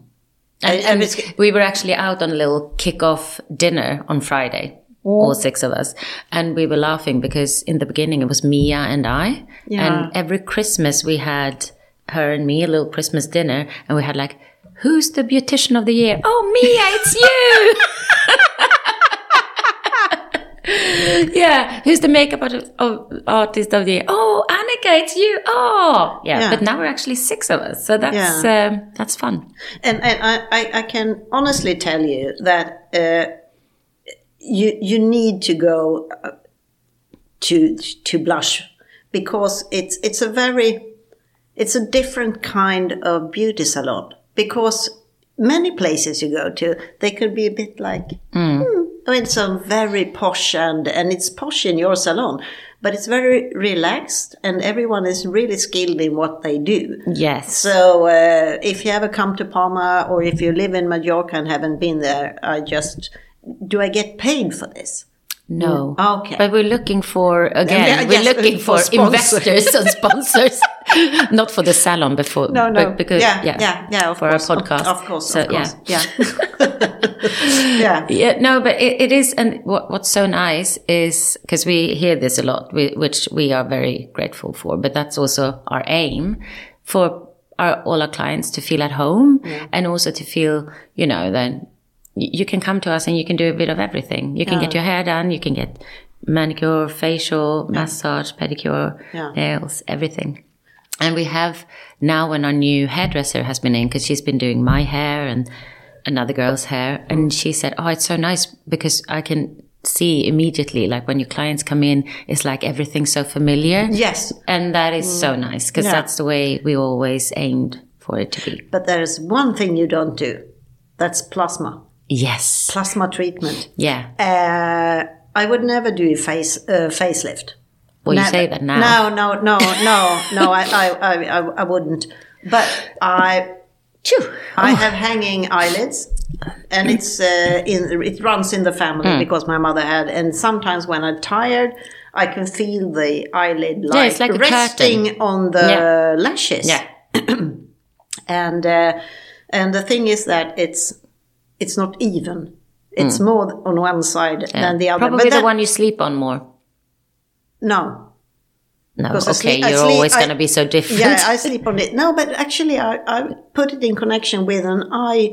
S1: And- and
S2: Mm. and
S1: it's-
S2: we were actually out on a little kick-off dinner on Friday,
S1: Oh.
S2: all six of us. And we were laughing because in the beginning it was Mia and I.
S1: Yeah.
S2: And every Christmas we had her and me a little Christmas dinner. And we had like, who's the beautician of the year? Oh, Mia, it's you! yeah. Who's the makeup art- of, artist of the year? Oh, Annika, it's you! Oh! Yeah,
S1: Yeah.
S2: But now we're actually six of us. So that's, um, that's fun.
S1: And, and I, I, I can honestly tell you that uh, you you need to go uh, to to blush because it's it's a very it's a different kind of beauty salon because many places you go to they could be a bit like "Hmm, I mean so very posh and and it's posh in your salon but it's very relaxed and everyone is really skilled in what they do
S2: Yes.
S1: so uh, if you ever come to Palma or if you live in Mallorca and haven't been there, I just do I get paid for this?
S2: No.
S1: Oh, Okay.
S2: But we're looking for again.
S1: Yeah,
S2: we're
S1: yes,
S2: looking for,
S1: for sponsors.
S2: investors and sponsors, not for the salon before.
S1: No, no.
S2: But because,
S1: yeah,
S2: yeah,
S1: yeah, yeah, of
S2: for
S1: course,
S2: our
S1: of-
S2: podcast.
S1: Of, course,
S2: So,
S1: of course.
S2: Yeah.
S1: Yeah. yeah.
S2: Yeah, no, but it, it is, and what, what's so nice is because we hear this a lot, we, which we are very grateful for. But that's also our aim for our all our clients to feel at home and also to feel, you know, that y- you can come to us and you can do a bit of everything. You can get your hair done, you can get manicure, facial, massage, pedicure,
S1: Yeah.
S2: nails, everything. And we have now when our new hairdresser has been in because she's been doing my hair and another girl's hair, and she said, "Oh, it's so nice because I can see immediately, like when your clients come in, it's like everything's so familiar."
S1: Yes.
S2: and that is so nice because
S1: Mm. Yeah.
S2: that's the way we always aimed for it to be.
S1: But there is one thing you don't do. That's plasma.
S2: Yes,
S1: Plasma treatment.
S2: yeah.
S1: Uh, I would never do a face uh, facelift.
S2: Well, you
S1: Never.
S2: say that now.
S1: No, no, no, no, no. I, I, I, I, I wouldn't. But I, I
S2: Oh.
S1: have hanging eyelids, and it's uh, in it runs in the family
S2: Hmm.
S1: because my mother had. And sometimes when I'm tired, I can feel the eyelid like,
S2: it's like a
S1: resting on the
S2: Yeah.
S1: lashes.
S2: Yeah.
S1: And uh, and the thing is that it's it's not even. It's more on one side than the other.
S2: Hmm. Probably the
S1: that-
S2: one you sleep on more.
S1: No,
S2: No, okay,
S1: Because I sleep- I
S2: you're
S1: sleep-
S2: always
S1: I-
S2: going to be so different.
S1: Yeah, I sleep on it. No, but actually, I, I put it in connection with an eye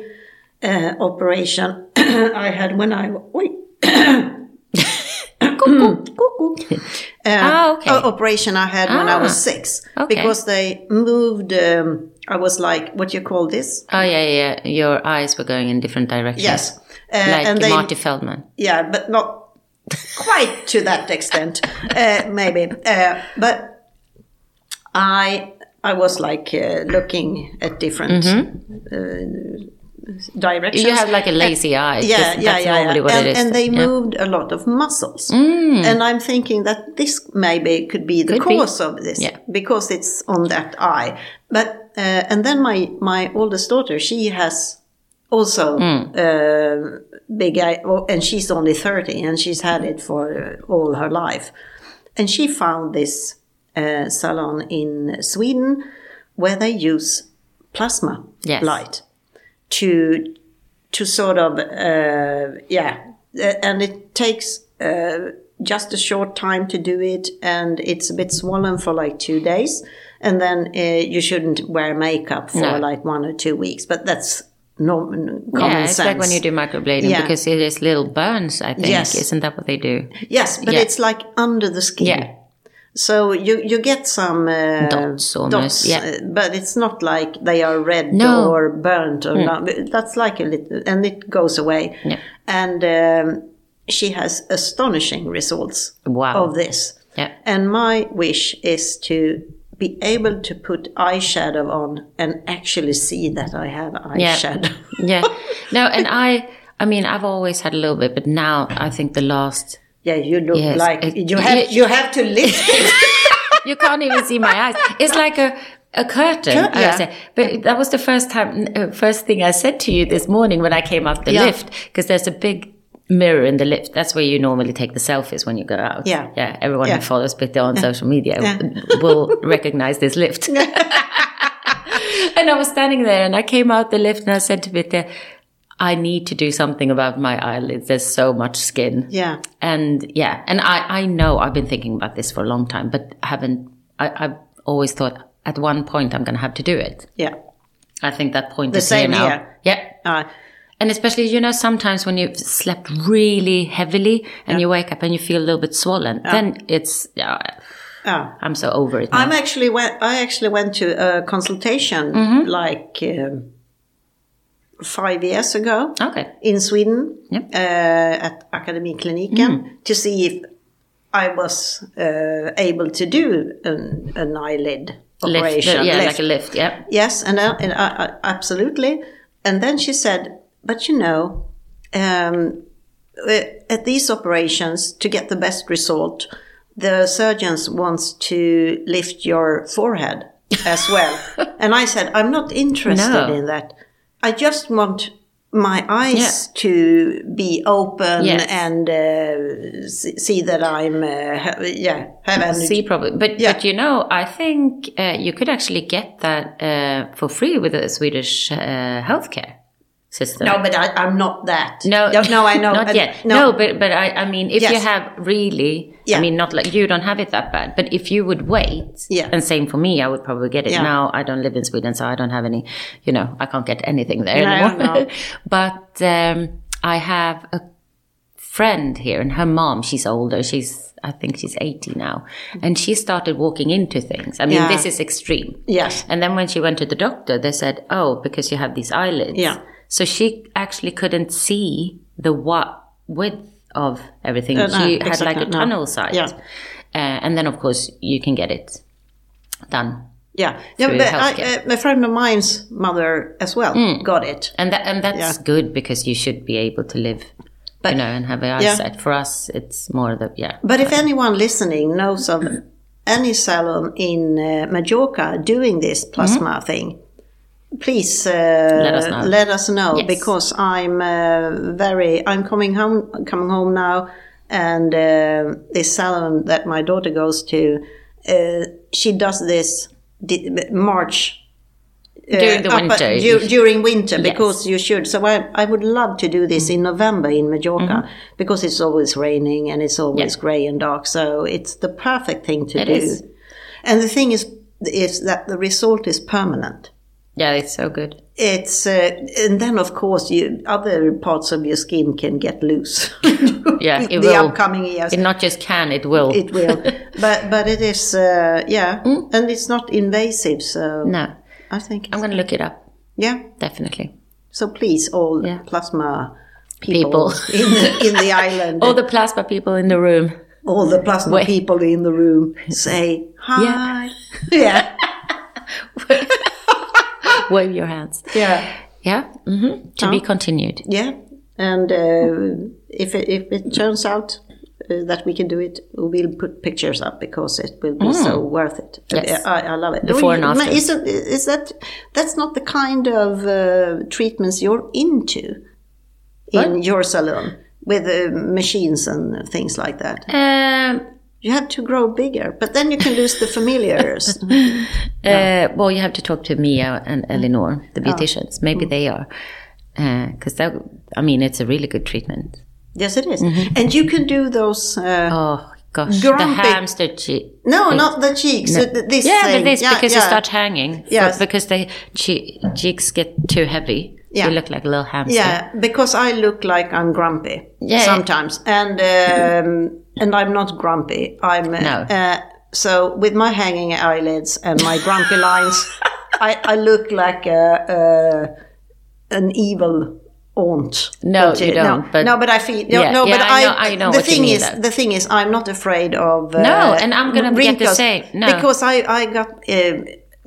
S1: uh, operation I had when I wait.
S2: Ah,
S1: Um,
S2: okay. Ah,
S1: operation I had when I was six
S2: okay.
S1: because they moved. Um, I was like, what do you call this?
S2: Oh yeah, yeah. yeah. Your eyes were going in different directions.
S1: Yes, uh,
S2: like
S1: and they
S2: Marty Feldman.
S1: yeah, but not quite to that extent, uh, maybe. Uh, but I I was like uh, looking at different uh, directions.
S2: Mm-hmm. You have like a lazy eye.
S1: yeah,
S2: That's-
S1: yeah,
S2: that's
S1: yeah,
S2: normally
S1: yeah.
S2: what
S1: and,
S2: it is.
S1: and they
S2: Yeah. Mm.
S1: moved a lot of muscles, and I'm thinking that this maybe could be the
S2: Could be.
S1: cause of this
S2: Yeah.
S1: because it's on that eye. But uh, and then my my oldest daughter, she has also
S2: Mm.
S1: uh, big eye, oh, and she's only 30 and she's had it for uh, all her life. And she found this uh, salon in Sweden where they use plasma
S2: Yes.
S1: light to to sort of uh, yeah, Uh, and it takes uh, just a short time to do it, and it's a bit swollen for like two days, and then uh, you shouldn't wear makeup for
S2: No.
S1: like one or two weeks. But that's normal common
S2: Yeah, it's
S1: sense.
S2: like when you do microblading
S1: Yeah.
S2: because it is little burns. I think
S1: Yes.
S2: isn't that what they do?
S1: yes, but
S2: Yeah.
S1: it's like under the skin.
S2: Yeah.
S1: So you you get some uh,
S2: Dots almost, yeah.
S1: uh, but it's not like they are red
S2: No. Hmm.
S1: or burnt or not. That's like a little, and it goes away.
S2: Yeah.
S1: And um, she has astonishing results
S2: Wow.
S1: of this.
S2: Yeah.
S1: And my wish is to be able to put eyeshadow on and actually see that I have eyeshadow.
S2: Yeah. No, and I, I mean, I've always had a little bit, but now I think the last,
S1: Yeah, you look
S2: Yes,
S1: like
S2: it-
S1: you have
S2: it-
S1: you have to lift it.
S2: you can't even see my eyes. It's like a, a curtain.
S1: Cur-
S2: I would
S1: yeah.
S2: say. But that was the first time, uh, first thing I said to you this morning when I came up the
S1: Yeah.
S2: lift, because there's a big mirror in the lift. That's where you normally take the selfies when you go out.
S1: Yeah.
S2: Yeah. Everyone
S1: Yeah.
S2: who follows Bitter on social media will recognize this lift. And I was standing there and I came out the lift and I said to Bitte, I need to do something about my eyelids. There's so much skin.
S1: Yeah.
S2: And yeah, and I, I know I've been thinking about this for a long time, but haven't, I, I've always thought at one point I'm going to have to do it.
S1: Yeah.
S2: I think that point is
S1: same
S2: here now.
S1: here.
S2: Yeah.
S1: Uh,
S2: And especially, you know, sometimes when you've slept really heavily and you wake up and you feel a little bit swollen, then it's, yeah,
S1: uh.
S2: I'm so over it now.
S1: I'm actually went. I actually went to a consultation
S2: Mm-hmm.
S1: like um, five years ago
S2: okay.
S1: in Sweden
S2: Yep.
S1: uh, at Akademikliniken
S2: Mm-hmm.
S1: to see if I was uh, able to do an, an eyelid
S2: Lift,
S1: operation.
S2: yeah,
S1: lift.
S2: like a lift. Yeah.
S1: Yes, and, I, and I, I- absolutely. And then she said, but you know, um, uh, at these operations, to get the best result, the surgeons wants to lift your forehead as well. and I said, I'm not interested
S2: No.
S1: in that. I just want my eyes to be open
S2: Yes.
S1: and uh, see, see that I'm, uh, ha- yeah, have energy.
S2: See, probably, but
S1: Yeah.
S2: but you know, I think uh, you could actually get that uh, for free with the Swedish uh, healthcare system.
S1: No, but I, I'm not that.
S2: no,
S1: no, I know.
S2: not
S1: I-
S2: yet. No, but but I, I mean, if you
S1: Yes.
S2: have really, I
S1: Yeah.
S2: mean, not like you don't have it that bad, but if you would wait,
S1: Yeah.
S2: and same for me, I would probably get it.
S1: Yeah.
S2: Now I don't live in Sweden, so I don't have any, you know, I can't get anything there
S1: No,
S2: anymore.
S1: no.
S2: but um, I have a friend here and her mom she's older she's i think she's 80 now and she started walking into things i mean
S1: Yeah.
S2: this is extreme
S1: Yes.
S2: and then when she went to the doctor they said oh because you have these eyelids
S1: Yeah.
S2: so she actually couldn't see the what width of everything
S1: Uh, no,
S2: she had
S1: exactly,
S2: like a
S1: no.
S2: tunnel sight
S1: Yeah.
S2: uh, and then of course you can get it done
S1: Yeah, yeah
S2: through
S1: but I,
S2: healthcare. Mm.
S1: uh, a friend of mine's mother as well got it.
S2: and that and that's
S1: Yeah.
S2: good because you should be able to live you know and have
S1: Yeah.
S2: eyesight for us it's more the yeah
S1: But if anyone listening knows of any salon in uh, Majorca doing this plasma thing, please uh, let
S2: Mm-hmm. us know.
S1: us know,
S2: Yes.
S1: because I'm uh, very. I'm coming home. Coming home now, and uh, this salon that my daughter goes to, uh, she does this di- March uh,
S2: During the
S1: up at-
S2: winter,
S1: du- during winter because you should. So I, I would love to do
S2: Mm-hmm.
S1: this in November in Mallorca because it's always raining and it's always grey and dark. So it's the perfect thing to
S2: It
S1: do.
S2: is.
S1: And the thing is, is that the result is permanent.
S2: yeah it's so good
S1: it's uh, and then of course you, other parts of your skin can get loose.
S2: Yeah,
S1: the
S2: it will.
S1: upcoming years.
S2: It not just can, it will.
S1: It will, but but it is uh, yeah,
S2: Mm.
S1: and it's not invasive. So
S2: no,
S1: I think
S2: I'm going to look it up.
S1: yeah.
S2: Definitely.
S1: So please, all
S2: Yeah.
S1: plasma people,
S2: People.
S1: in the, in the island,
S2: All the plasma people in the room.
S1: all the plasma
S2: Wait.
S1: people in the room say hi. Yeah,
S2: Wave your hands.
S1: yeah,
S2: Yeah. hmm To be continued.
S1: yeah. And uh, if it, if it turns out. Uh, that we can do it. We'll put pictures up because it will be so worth it.
S2: Mm.
S1: Uh,
S2: Yes.
S1: I, I love it.
S2: Before and after.
S1: Isn't is that that's not the kind of uh, treatments you're into in your salon with uh, machines and things like that?
S2: Um,
S1: You have to grow bigger, but then you can lose the familiars.
S2: Uh, well, you have to talk to Mia and Eleanor, the beauticians. Maybe they are, because that. I mean, it's a really good treatment.
S1: yes, it is.
S2: Mm-hmm.
S1: And you can do those. Uh,
S2: Oh gosh,
S1: Grumpy.
S2: the hamster cheek.
S1: no, not the cheeks. uh, th- this
S2: Yeah,
S1: thing.
S2: but this because you
S1: yeah.
S2: start hanging.
S1: Yes.
S2: But because the che- cheeks get too heavy.
S1: Yeah.
S2: You look like a little hamster.
S1: Yeah, because I look like I'm grumpy
S2: Yeah.
S1: sometimes, and um, and I'm not grumpy. I'm uh,
S2: No.
S1: uh, so with my hanging eyelids and my grumpy lines, I, I look like a, a an evil aunt.
S2: No,
S1: But,
S2: you
S1: uh,
S2: don't,
S1: No,
S2: but-
S1: no, but I feel no,
S2: Yeah,
S1: no
S2: yeah,
S1: but
S2: I know- I know
S1: the
S2: what you
S1: thing
S2: mean,
S1: is,
S2: though.
S1: the thing is, I'm not afraid of uh,
S2: No, and I'm gonna get the
S1: wrinkles
S2: same. No.
S1: because I I got. um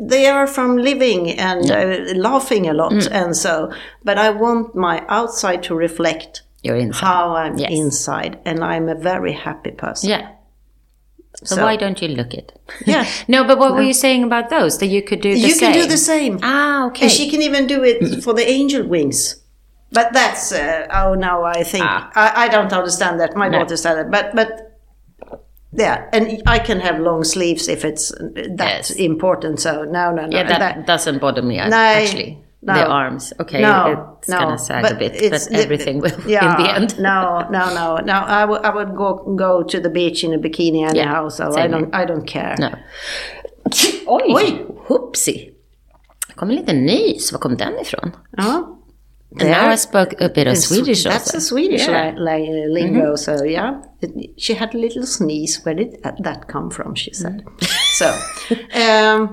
S1: they are from living and uh, laughing a lot,
S2: Mm.
S1: and so. But I want my outside to reflect
S2: You're inside.
S1: how I'm
S2: Yes.
S1: inside, and I'm a very happy person.
S2: Yeah. So,
S1: So-
S2: why don't you look it?
S1: Yeah.
S2: no, but what were you saying about those? That you could do the
S1: you
S2: same.
S1: can do the same,
S2: Ah, okay. Mm.
S1: and she can even do it for the angel wings. But that's uh, oh, now I think
S2: Ah.
S1: I, I don't understand that. My daughter said it, but but yeah, and I can have long sleeves if it's eh, that
S2: Yes.
S1: important. So no, no, no,
S2: yeah, that, doesn't bother me I-
S1: Uh, No,
S2: actually. The
S1: no.
S2: arms, okay,
S1: No,
S2: it's
S1: no,
S2: gonna sag a bit,
S1: it's-
S2: but everything will
S1: yeah,
S2: in the end.
S1: no, no, no, no. I would, I would go go to the beach in a bikini anyhow. so I
S2: same
S1: don't, I don't care.
S2: No. Oj! Hoopsie! Det kom en liten nys. Var kom den ifrån?
S1: Ja.
S2: And now I spoke a bit of Swedish
S1: That's
S2: also.
S1: a Swedish
S2: Yeah. Mm-hmm.
S1: li- li- lingo. So yeah, It- she had a little sneeze. Where did that- that come from? She said.
S2: Mm.
S1: so, um,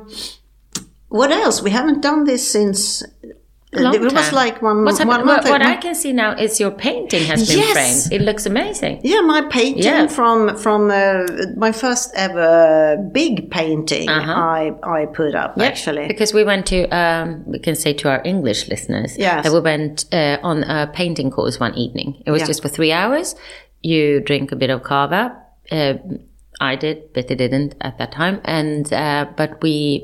S1: what else? We haven't done this since.
S2: long
S1: it was
S2: time.
S1: like one,
S2: What's
S1: one
S2: happening?
S1: month.
S2: What, what I can see now is your painting has been
S1: Yes.
S2: framed. It looks amazing.
S1: Yeah, my painting
S2: Yeah.
S1: from from uh, my first ever big painting I I put up actually.
S2: Because we went to, um, we can say to our English listeners,
S1: Yes.
S2: that we went uh, on a painting course one evening. It was
S1: Yeah.
S2: just for three hours. You drink a bit of kava. Uh, I did, but they didn't at that time. And uh, but we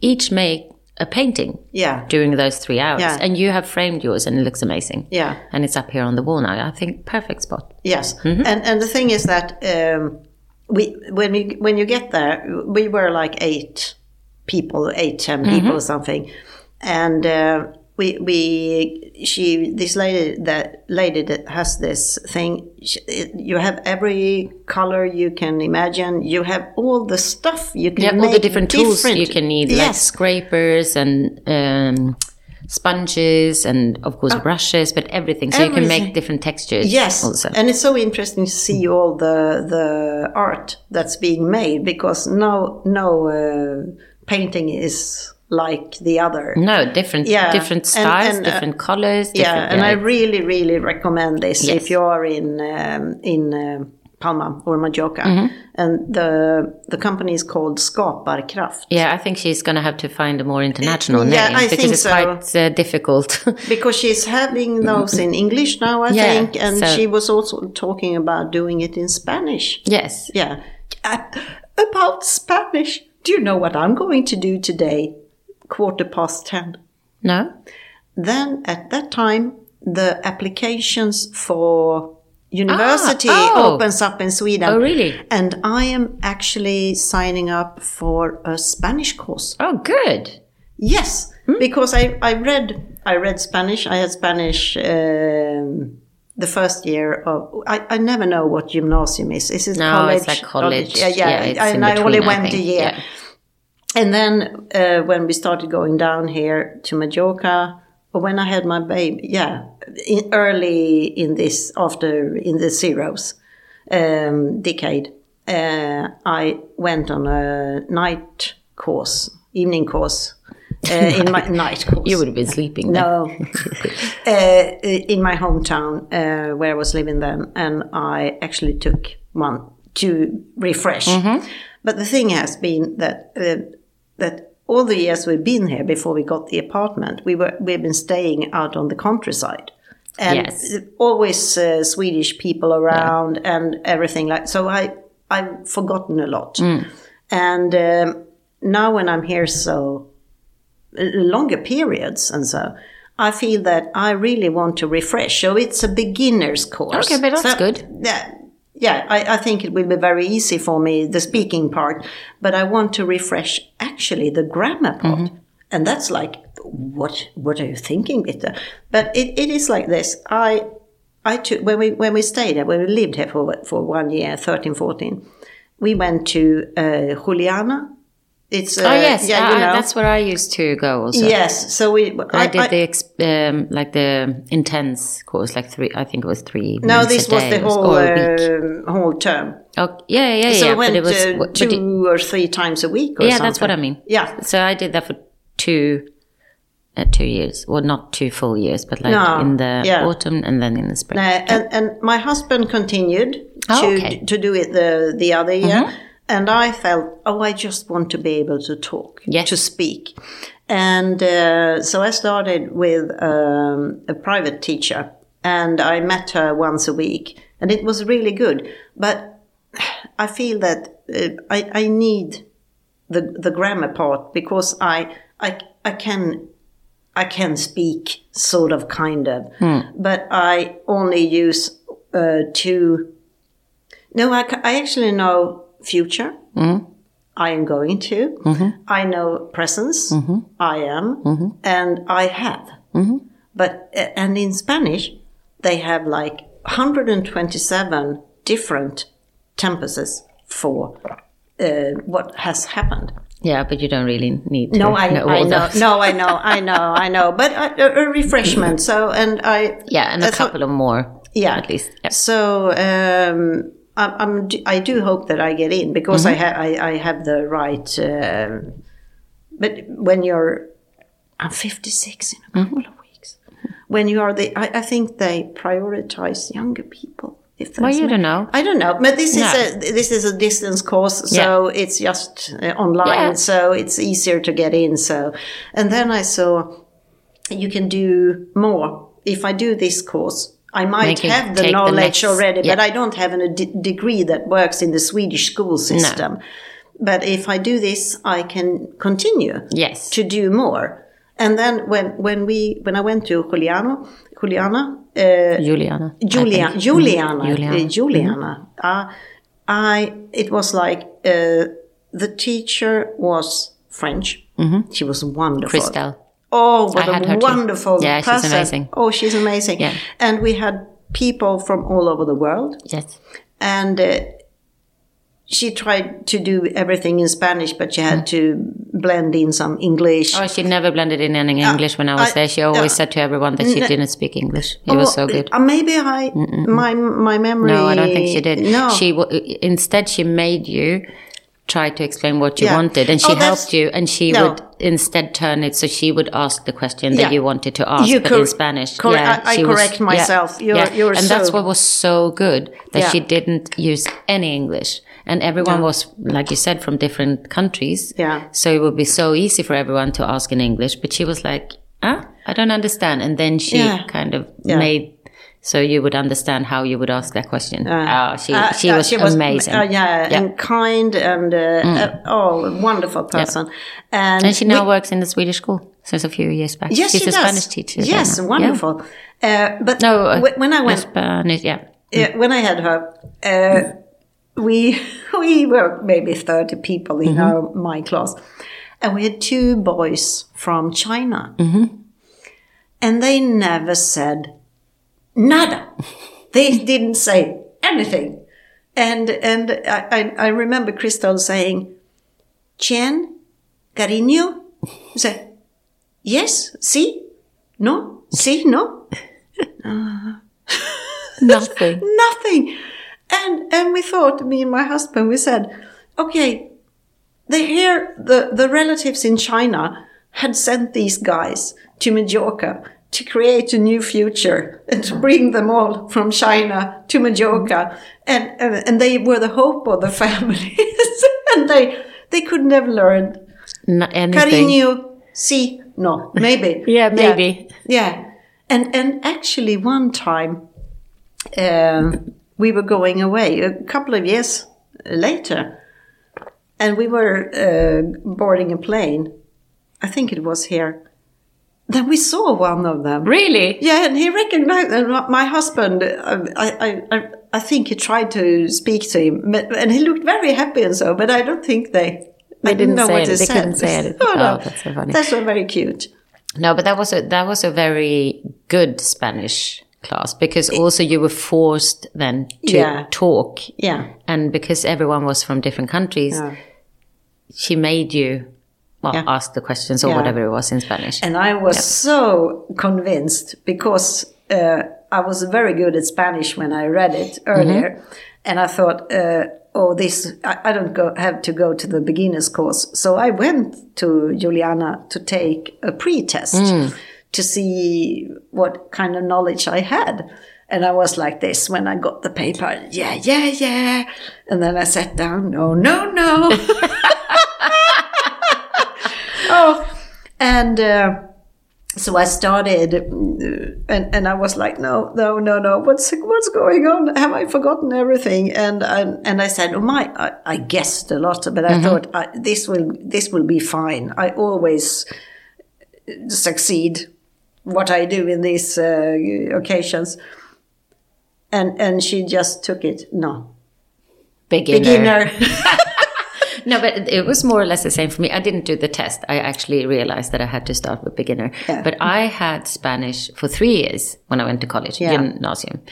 S2: each make a painting
S1: Yeah,
S2: during those three hours,
S1: Yeah.
S2: and you have framed yours, and it looks amazing.
S1: yeah,
S2: And it's up here on the wall now. I think perfect spot.
S1: yes.
S2: Mm-hmm.
S1: And and the thing is that um, we when we when you get there we were like eight people, eight ten
S2: Mm-hmm.
S1: people or something, and. Uh, we, we she this lady that lady that has this thing she, you have every color you can imagine you have all the stuff you can
S2: Yeah, all the
S1: make
S2: different tools
S1: different-
S2: you can need, like
S1: yes
S2: scrapers and um, sponges, and of course brushes, but everything. So you can
S1: Oh. everything.
S2: make different textures.
S1: Yes,
S2: also.
S1: and it's so interesting to
S2: Mm-hmm.
S1: see all the the art that's being made because no no uh, painting is like the other.
S2: no, different,
S1: Yeah,
S2: different
S1: and-
S2: styles,
S1: and, uh,
S2: different colors.
S1: Yeah,
S2: different,
S1: and I really really recommend this
S2: Yes.
S1: if you are in um, in um, Palma or Majorca,
S2: Mm-hmm.
S1: and the the company is called Skaparkraft.
S2: yeah, I think she's going to have to find a more international
S1: Yeah,
S2: name
S1: I
S2: because
S1: think
S2: it's
S1: so.
S2: quite uh, difficult.
S1: because she's having those in English now, I
S2: Mm-hmm. Yeah,
S1: think, and
S2: so-
S1: she was also talking about doing it in Spanish.
S2: yes.
S1: Yeah. At- about Spanish. Do you know what I'm going to do today? Quarter past 10.
S2: No.
S1: Then at that time, the applications for university
S2: Ah, oh.
S1: opens up in Sweden.
S2: Oh, really?
S1: And I am actually signing up for a Spanish course.
S2: Oh, good.
S1: Yes,
S2: Hmm?
S1: because I, I read I read Spanish. I had Spanish um, the first year of. I, I never know what gymnasium is. Is it
S2: No,
S1: college?
S2: it's like college.
S1: Yeah, yeah.
S2: Yeah, it's
S1: and
S2: in
S1: I only
S2: between, I
S1: went a
S2: think.
S1: year.
S2: Yeah.
S1: And then uh, when we started going down here to Majorca, when I had my baby, yeah, in, early in this, after in the zeros um, decade, uh, I went on a night course, evening course, uh, in my night course.
S2: You would have been sleeping. Then.
S1: no, uh, in my hometown uh, where I was living then, and I actually took one to refresh. But the thing has been that uh, that all the years we've been here before we got the apartment, we were we've been staying out on the countryside, and
S2: Yes.
S1: always uh, Swedish people around and everything like. So I I've forgotten a lot, and um, now when I'm here so uh, longer periods and so I feel that I really want to refresh. So it's a beginner's course.
S2: Okay, but that's
S1: So-
S2: good.
S1: Yeah. Yeah, I, I think it will be very easy for me, the speaking part, but I want to refresh actually the grammar part.
S2: Mm-hmm.
S1: And that's like, what what are you thinking, Britta? But it, it is like this. I I took when we when we stayed here, when we lived here for for one year, 13, 14, we went to uh, Juliana. It's uh,
S2: Oh yes,
S1: yeah, you
S2: I- I-
S1: know.
S2: that's where I used to go. Also,
S1: Yes, so we.
S2: I did the ex- um, like the intense course, like three. I think it was three.
S1: No,
S2: meals a
S1: this was
S2: day
S1: the
S2: or s-
S1: whole
S2: or a week.
S1: um whole term.
S2: Oh, yeah, yeah, yeah.
S1: So I
S2: but
S1: went
S2: it was
S1: uh,
S2: but
S1: two
S2: it-
S1: or three times a week. Or
S2: yeah, that's what I
S1: something.
S2: mean.
S1: Yeah.
S2: So I did that for two, uh, two years. Well, not two full years, but like
S1: No,
S2: in the
S1: yeah.
S2: autumn and then in the spring.
S1: Uh, and and my husband continued
S2: Oh,
S1: to
S2: okay.
S1: to do it the the other year, and I felt oh I just want to be able to talk,
S2: Yes.
S1: to speak, and uh, so I started with um, a private teacher, and I met her once a week, and it was really good, but. I feel that uh, I, I need the the grammar part because I I I can I can speak sort of kind of, but I only use uh, two. No, I, ca- I actually know future. I am going to. I know presence. I am, and I have. But a- and in Spanish, they have like 127 different tempuses for uh, what has happened.
S2: yeah, but you don't really need to
S1: No, I,
S2: know
S1: I
S2: all
S1: know.
S2: those.
S1: No, I know. I know. I know. But uh, a, a refreshment. So, and I.
S2: Yeah, and a
S1: that's what-
S2: couple of more.
S1: Yeah.
S2: at least. Yeah.
S1: So, um, I'm, I'm, I do hope that I get in because
S2: Mm-hmm.
S1: I, ha- I, I have the right. Um, but when you're. I'm 56 in
S2: Mm-hmm.
S1: a couple of weeks. When you are the. I, I think they prioritize younger people. If
S2: Well,
S1: that's
S2: you
S1: ma-
S2: don't know.
S1: I don't know, but this
S2: No.
S1: is a this is a distance course, so it's just uh, online,
S2: Yeah.
S1: so it's easier to get in. So, and then I saw you can do more. If I do this course, I might
S2: Make it-
S1: have the
S2: take the
S1: knowledge
S2: next-
S1: already, but
S2: yeah.
S1: I don't have a d- degree that works in the Swedish school system. But if I do this, I can continue
S2: Yes.
S1: to do more. And then when when we when I went to Juliano, Juliana. Uh,
S2: Juliana. I
S1: Julia,
S2: think.
S1: Juliana,
S2: Mhm. Juliana. Mm-hmm.
S1: uh, Juliana. Uh, I it was like uh, the teacher was French. She was wonderful.
S2: Christelle.
S1: Oh, what
S2: Mm-hmm. I had her
S1: a
S2: too.
S1: wonderful
S2: Yeah, she's
S1: person!
S2: amazing.
S1: Oh, she's amazing.
S2: Yeah.
S1: And we had people from all over the world
S2: Yes.
S1: and uh, she tried to do everything in Spanish, but she had to blend in some English.
S2: Mm.
S1: Ah,
S2: Oh, she never blended in any English when I was
S1: I-
S2: there. She always
S1: uh,
S2: said to everyone that she didn't speak English. It was so
S1: Oh,
S2: good.
S1: uh, maybe I my my memory.
S2: No, I don't think she did.
S1: No,
S2: She w- instead she made you try to explain what you
S1: Yeah.
S2: wanted, and she
S1: Oh, that's-
S2: helped you, and she
S1: No.
S2: would instead turn it so she would ask the question
S1: Yeah.
S2: that you wanted to ask,
S1: You
S2: but in
S1: cor-
S2: Spanish.
S1: correct- I- I
S2: she was-
S1: correct
S2: yeah,
S1: myself. You're- you're
S2: and that's
S1: so-
S2: what was so good that
S1: Yeah.
S2: she didn't use any English, and everyone was like you said from different countries.
S1: Yeah.
S2: so it would be so easy for everyone to ask in English, but she was like, "Ah, I don't understand," and then she
S1: Yeah.
S2: kind of
S1: Yeah.
S2: made. So you would understand how you would ask that question. oh, she
S1: Uh,
S2: she,
S1: yeah,
S2: was amazing. Mm.
S1: uh, yeah, and kind and uh, uh, oh, a wonderful person. And,
S2: and she now works in the Swedish school since a few years back.
S1: yes,
S2: She's
S1: she
S2: a
S1: does.
S2: Spanish teacher. there
S1: Yes,
S2: now. Yeah.
S1: wonderful. Uh, but
S2: No, uh,
S1: wh- when I
S2: a
S1: went,
S2: Spanish, yeah.
S1: yeah, Eh, when I had her, uh, we we were maybe thirty people in our, my class, and we had two boys from China, and they never said nada. They didn't say anything, and and I I, I remember Crystal saying, "Chen, cariño," say, "Yes, see." No, see, no,
S2: Nothing.
S1: nothing. And and we thought, me and my husband, we said, okay, they here the, the relatives in China had sent these guys to Majorca to create a new future and to bring them all from China to Majorca. And and, and they were the hope of the families. and they they couldn't have learned.
S2: Not anything.
S1: Cariño, see, no, maybe.
S2: Yeah, maybe.
S1: Yeah. And and actually one time um, we were going away a couple of years later and we were uh, boarding a plane. I think it was here. Then we saw one of them.
S2: Really?
S1: Yeah, and he recognized and my- my husband. uh, I, I, I, I think he tried to speak to him, but, and he looked very happy and so. But I don't think they. They I
S2: didn't
S1: didn't know
S2: say
S1: what
S2: it.
S1: he
S2: They
S1: said.
S2: couldn't say it.
S1: No, no.
S2: Oh, that's so funny.
S1: That's so very cute.
S2: No, but that was a that was a very good Spanish class because also you were forced then to
S1: Yeah.
S2: talk
S1: Yeah,
S2: and because everyone was from different countries,
S1: Yeah.
S2: she made you well
S1: Yeah.
S2: ask the questions or
S1: Yeah.
S2: whatever it was in Spanish.
S1: and I was so convinced because uh, I was very good at Spanish when I read it earlier, and I thought. Uh, Oh, this! I, I don't go, have to go to the beginners course. So I went to Juliana to take a pre-test to see what kind of knowledge I had. And I was like this when I got the paper. Yeah, yeah, yeah. And then I sat down. No, no, no. oh, and uh, so I started, uh, and and I was like, no, no, no, no. What's what's going on? Have I forgotten everything? And I, and I said, oh my, I, I guessed a lot, but I thought I, this will this will be fine. I always succeed what I do in these uh, occasions. And and she just took it. No,
S2: beginner.
S1: beginner.
S2: No, but it was more or less the same for me. I didn't do the test. I actually realized that I had to start with beginner.
S1: Yeah.
S2: But I had Spanish for three years when I went to college,
S1: Yeah.
S2: gymnasium.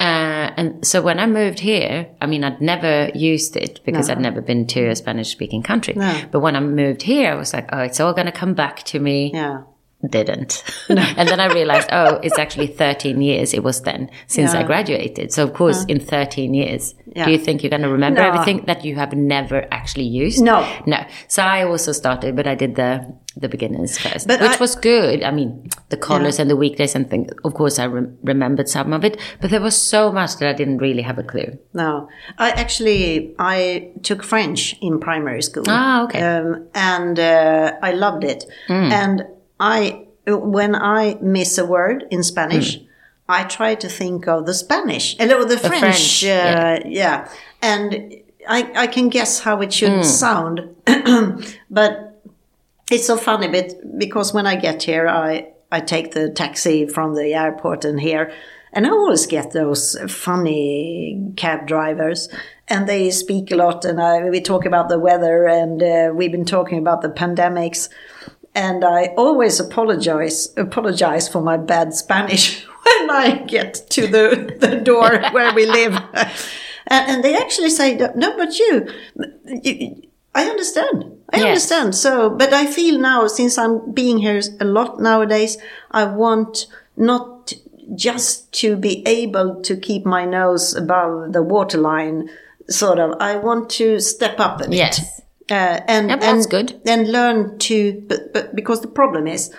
S2: Uh, and so when I moved here, I mean, I'd never used it because I'd never been to a Spanish speaking country.
S1: No.
S2: But when I moved here, I was like, oh, it's all going to come back to me.
S1: yeah.
S2: Didn't. and then I realized, oh, it's actually 13 years it was then since I
S1: Yeah. Uh-huh.
S2: graduated. So, of course, in 13 years,
S1: Yeah.
S2: do you think you're going to remember
S1: No.
S2: everything that you have never actually used?
S1: No.
S2: No. So I also started, but I did the the beginners first,
S1: But
S2: which
S1: I-
S2: was good. I mean, the colors and the weekdays and things. Of course, I rem remembered some of it, but there was so much that I didn't really have a clue.
S1: No, I actually I took French in primary school.
S2: Ah, okay. Hmm.
S1: Um, and uh, I loved it. And I, when I miss a word in
S2: Hmm.
S1: Spanish, I try to think of the Spanish, uh, no, the French.
S2: French,
S1: uh,
S2: yeah.
S1: yeah. and I I can guess how it
S2: Hmm.
S1: should sound, but it's so funny, but because when I get here, I I take the taxi from the airport and here, and I always get those funny cab drivers, and they speak a lot, and I, we talk about the weather, and uh, we've been talking about the pandemics, and I always apologize apologize for my bad Spanish when I get to the the door where we live, and, and they actually say, "No, but you, you I understand." I
S2: Yes.
S1: understand understand. So, but I feel now, since I'm being here a lot nowadays, I want not just to be able to keep my nose above the waterline, sort of. I want to step up a bit.
S2: Yes.
S1: Uh, and,
S2: Yep,
S1: and
S2: that's good.
S1: And learn to, but, but because the problem is,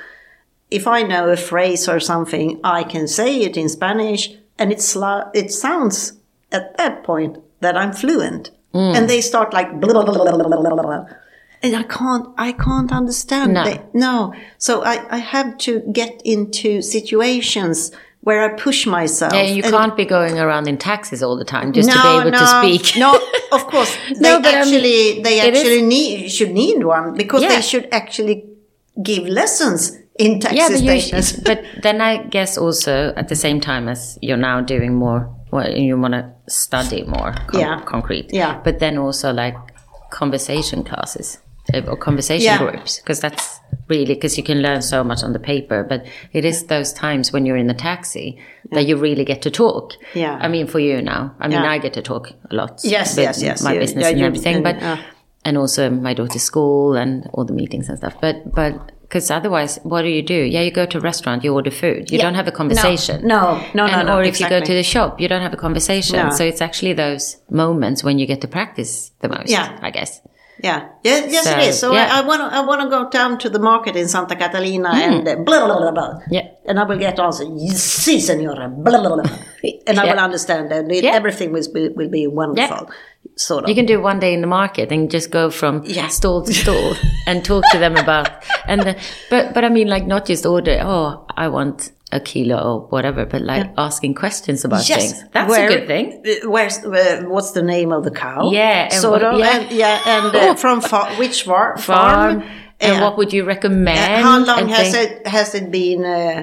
S1: if I know a phrase or something, I can say it in Spanish, and it's sla- it sounds at that point that I'm fluent,
S2: Mm.
S1: and they start like blah, blah, blah, blah, blah, blah, blah, blah. and I can't I can't understand
S2: No.
S1: they- no. So I I have to get into situations where I push myself.
S2: And you
S1: and-
S2: can't be going around in taxis all the time just to
S1: no,
S2: be able
S1: no,
S2: to speak.
S1: no, of course.
S2: No,
S1: They
S2: but, um,
S1: actually, they
S2: it is-
S1: actually need should need one because
S2: Yeah.
S1: they should actually give lessons in taxi
S2: yeah, but, you,
S1: stations.
S2: but then I guess also at the same time as you're now doing more, well, you want to study more con-
S1: Yeah.
S2: concrete.
S1: Yeah.
S2: But then also like conversation classes eh, or conversation
S1: Yeah.
S2: groups, because that's really, because you can learn so much on the paper, but it is those times when you're in the taxi that you really get to talk.
S1: Yeah.
S2: I mean, for you now, I mean,
S1: Yeah.
S2: I get to talk a lot.
S1: Yes,
S2: with
S1: yes, yes.
S2: My
S1: You-
S2: business
S1: yeah,
S2: and
S1: you-
S2: everything,
S1: and,
S2: but
S1: uh,
S2: and also my daughter's school and all the meetings and stuff. But but Because otherwise, what do you do? Yeah, you go to a restaurant, you order food, you
S1: Yeah.
S2: don't have a conversation.
S1: No, no, no,
S2: And-
S1: no.
S2: Or if
S1: exactly.
S2: you go to the shop, you don't have a conversation.
S1: No.
S2: So it's actually those moments when you get to practice the most.
S1: Yeah.
S2: I guess.
S1: Yeah. Yes, yes
S2: So,
S1: it is. So
S2: yeah. Hmm.
S1: I want to I want to go down to the market in Santa Catalina and uh, blah, blah, blah, blah.
S2: Yeah.
S1: And I will get answer, si, senora, blah, blah, blah. and I
S2: Yeah.
S1: will understand and it,
S2: Yeah.
S1: everything will be, will be wonderful. Sort of.
S2: You can do one day in the market and just go from
S1: Yeah.
S2: stall to stall and talk to them about and the, but but I mean like not just order oh I want a kilo or whatever but like asking questions about things that's
S1: Where-
S2: a good thing
S1: uh, Where's uh, what's the name of the cow?
S2: Yeah, and
S1: sort
S2: what-
S1: of.
S2: yeah. Oh.
S1: And, yeah, and uh, from fa- which far- farm?
S2: farm and
S1: Yeah.
S2: what would you recommend
S1: Uh, How long
S2: and
S1: has
S2: things.
S1: it has it been uh,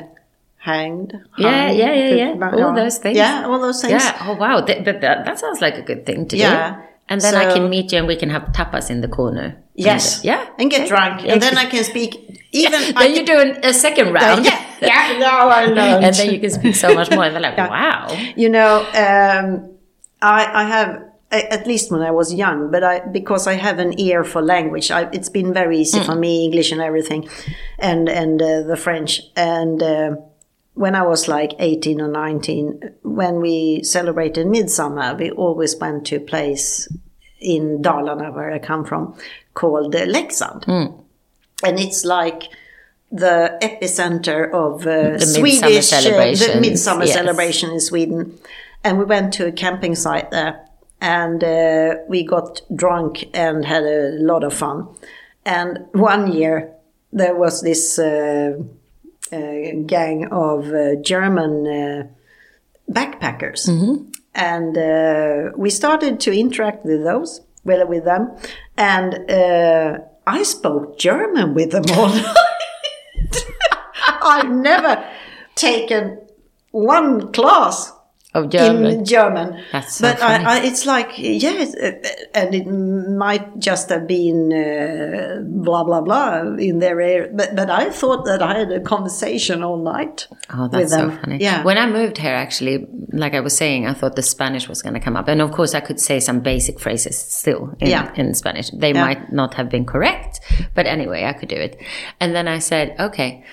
S1: hanged?
S2: Yeah,
S1: hung,
S2: yeah, yeah,
S1: put
S2: yeah.
S1: back
S2: All
S1: on?
S2: those things.
S1: Yeah, all those things.
S2: yeah oh wow Th- but that, that sounds like a good thing to
S1: Yeah.
S2: do and then I
S1: So-
S2: can meet you and we can have tapas in the corner
S1: Yes.
S2: And, yeah
S1: And get drunk, and then I can speak. Even I
S2: then you do an, a second round
S1: yeah, yeah. Now I know.
S2: and then you can speak so much more and they're like wow
S1: you know, um, I, I have a- at least when I was young, but I because I have an ear for language, I, it's been very easy for me English and everything, and and uh, the French. And uh, when I was like eighteen or nineteen, when we celebrated midsummer, we always went to a place in Dalarna where I come from called uh, Leksand,
S2: Mm.
S1: and it's like. The epicenter of uh,
S2: midsummer
S1: Swedish uh, the
S2: celebrations,
S1: midsummer
S2: yes.
S1: celebration vacation in Sweden, and we went to a camping site there, and uh, we got drunk and had a lot of fun. And one year there was this uh, uh, gang of uh, German uh, backpackers,
S2: Mm-hmm.
S1: and uh, we started to interact with those, well, with them, and uh, I spoke German with them all. I've never taken one class
S2: of German
S1: in German.
S2: That's so
S1: but
S2: funny.
S1: I, I, it's like, yes, uh, and it might just have been uh, blah, blah, blah in their area. But, but I thought that I had a conversation all night
S2: Oh,
S1: with
S2: that's so
S1: them.
S2: funny.
S1: Yeah.
S2: When I moved here, actually, like I was saying, I thought the Spanish was going to come up. And of course, I could say some basic phrases still in,
S1: Yeah.
S2: in Spanish. They might not have been correct, but anyway, I could do it. And then I said, okay.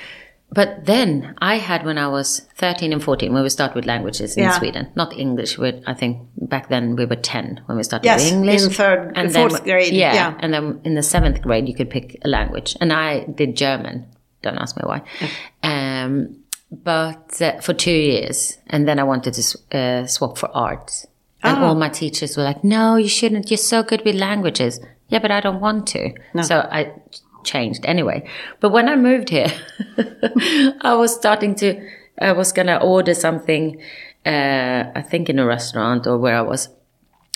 S2: But then I had when I was 13 and 14, when we start with languages in
S1: Yeah.
S2: Sweden, not English. we I think back then we were 10 when we started
S1: Yes,
S2: with English.
S1: in third-
S2: and
S1: fourth grade, yeah.
S2: And then in the seventh grade, you could pick a language. And I did German. Don't ask me why. Um, but uh, for two years, and then I wanted to s- uh, swap for arts. And all
S1: Ah.
S2: my teachers were like, "No, you shouldn't. You're so good with languages." Yeah, but I don't want to. So I changed anyway. But when I moved here, I was starting to. I was gonna order something. Uh, I think in a restaurant or where I was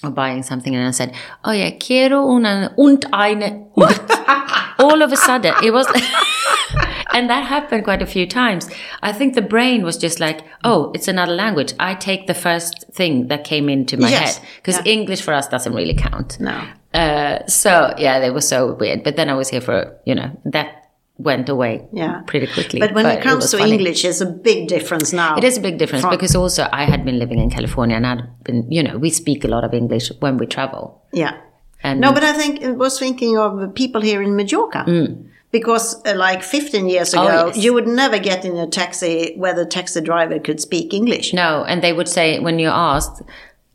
S2: or buying something, and I said, "Oh yeah, quiero una und eine." all of a sudden it was and that happened quite a few times i think the brain was just like oh it's another language i take the first thing that came into my
S1: Yes.
S2: head because english for us doesn't really count
S1: No.
S2: uh, so yeah they were so weird but then i was here for you know that went away
S1: Yeah.
S2: pretty quickly
S1: But when it comes
S2: was
S1: to
S2: funny.
S1: English, it's a big difference now.
S2: It is a big difference
S1: Fun.
S2: because also I had been living in California and I'd been, you know, we speak a lot of English when we travel.
S1: Yeah.
S2: And
S1: No, but I think I was thinking of people here in Majorca. Because uh, like 15 years ago,
S2: Hmm. Oh, yes.
S1: you would never get in a taxi where the taxi driver could speak English.
S2: no, and they would say when you asked,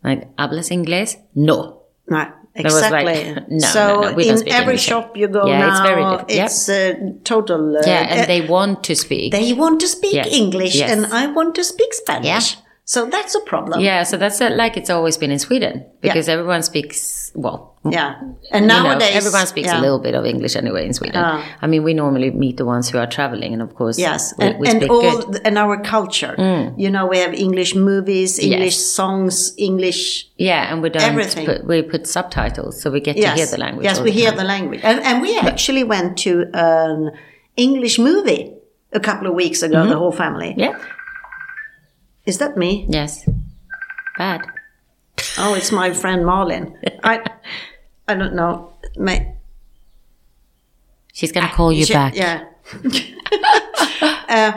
S2: like, hablas inglés? No.
S1: No,
S2: was like,
S1: exactly.
S2: no,
S1: so
S2: no, no, we don't
S1: in
S2: speak
S1: every
S2: English.
S1: shop you go
S2: Yeah,
S1: now,
S2: it's very diff- yep.
S1: it's uh, total. Uh,
S2: Yeah, and
S1: uh,
S2: they want to speak.
S1: they want to speak
S2: Yes,
S1: English,
S2: yes.
S1: and I want to speak Spanish.
S2: Yeah.
S1: So that's a problem.
S2: yeah, so that's uh, like it's always been in Sweden because everyone speaks well.
S1: Yeah. And
S2: you know,
S1: nowadays,
S2: everyone speaks
S1: yeah. Ah.
S2: a little bit of English anyway in Sweden. I mean, we normally meet the ones who are traveling, and of course,
S1: Yes,
S2: we,
S1: and,
S2: we
S1: and
S2: speak
S1: all
S2: good. Mm.
S1: and our culture. You know, we have English movies, English songs, English.
S2: Yeah, and we don't
S1: everything.
S2: put we put subtitles, so we get
S1: Yes,
S2: to hear the language.
S1: Yes,
S2: all
S1: we
S2: the
S1: hear
S2: time.
S1: the language, and, and we actually went to an English movie a couple of weeks ago. The whole family.
S2: Mm-hmm. Yeah.
S1: Is that me?
S2: Yes. Bad.
S1: Oh, it's my friend Marlin. I, I don't know. May,
S2: She's gonna call you
S1: Ah, she-
S2: back.
S1: Yeah. Uh,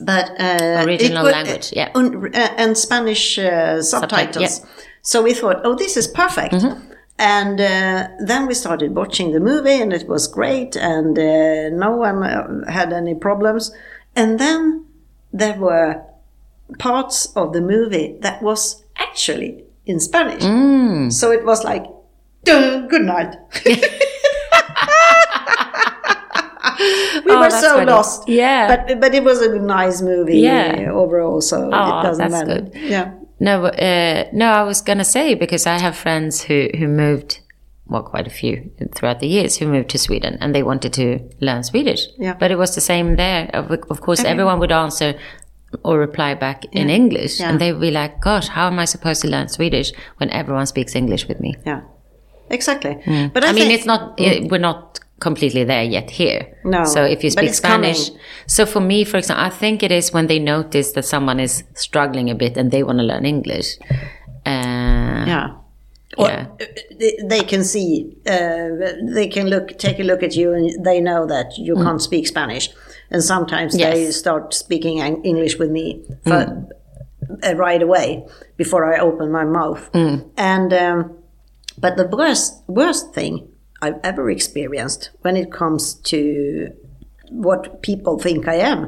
S1: but uh,
S2: Original
S1: it wa-
S2: language, yeah.
S1: un- uh, and Spanish uh, subtitles.
S2: yeah. Mm-hmm.
S1: So we thought, oh, this is perfect. And uh, then we started watching the movie, and it was great, and uh, no one uh, had any problems. And then there were parts of the movie that was actually in Spanish.
S2: Mm.
S1: So it was like, "Duh, good night. we
S2: Oh,
S1: were
S2: that's
S1: so
S2: funny.
S1: lost.
S2: Yeah.
S1: But, but it was a nice movie
S2: Yeah.
S1: uh, overall, so it
S2: Oh,
S1: doesn't
S2: that's
S1: matter.
S2: good.
S1: Yeah.
S2: No, uh, no, I was gonna say because I have friends who who moved, well, quite a few throughout the years who moved to Sweden and they wanted to learn Swedish.
S1: Yeah.
S2: But it was the same there. Of, of course, everyone would answer or reply back in English,
S1: Yeah.
S2: and they'd be like, "Gosh, how am I supposed to learn Swedish when everyone speaks English with me?"
S1: Yeah, exactly. But I,
S2: Mm. I mean,
S1: think, Mm.
S2: it's not. It, we're not completely there yet here.
S1: No,
S2: So if you
S1: but
S2: speak
S1: it's
S2: Spanish,
S1: coming.
S2: so for me, for example, I think it is when they notice that someone is struggling a bit and they want to learn English. Uh,
S1: yeah.
S2: yeah.
S1: They- They can see, uh, they can look, take a look at you, and they know that you can't speak Spanish. And sometimes they
S2: Mm. Yes. Mm.
S1: start speaking Eng- English with me for, uh, right away before I open my mouth.
S2: Mm.
S1: And um, but the worst worst thing I've ever experienced when it comes to what people think I am.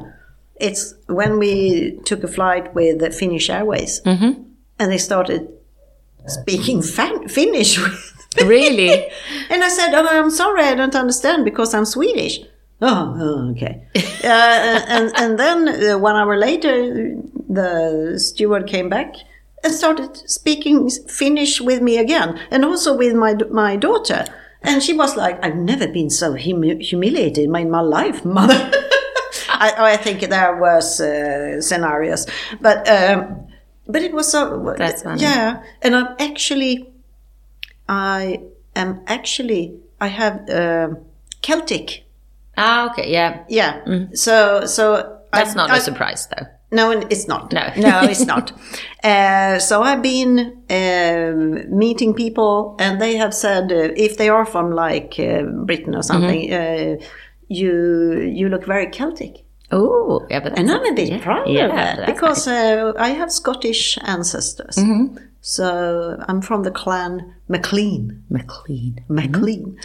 S1: It's when we took a flight with the Finnish Airways, and they started speaking fan- Finnish with me.
S2: Really?
S1: And I said, "Oh, I'm sorry, I don't understand because I'm Swedish." Oh, oh, okay. uh, and and then uh, one hour later, the steward came back and started speaking Finnish with me again, and also with my my daughter. And she was like, "I've never been so hum- humiliated in my life, mother." I, I think there was uh, scenarios, but um, but it was so
S2: That's funny.
S1: yeah. And I'm actually. I am actually I have um Celtic.
S2: ah, okay. Yeah.
S1: Yeah. So so
S2: Mm. That's
S1: I-
S2: not
S1: I-
S2: a surprise, though.
S1: No, it's not.
S2: No.
S1: no, it's not. Uh, so I've been um, meeting people, and they have said uh, if they are from like uh, Britain or something,
S2: Mm-hmm.
S1: uh, you you look very Celtic.
S2: Oh, yeah, but
S1: And I'm a bit
S2: yeah,
S1: proud
S2: yeah,
S1: of that
S2: that's
S1: because uh, I have Scottish ancestors.
S2: Mm-hmm.
S1: So I'm from the clan MacLean.
S2: nice. McLean.
S1: McLean.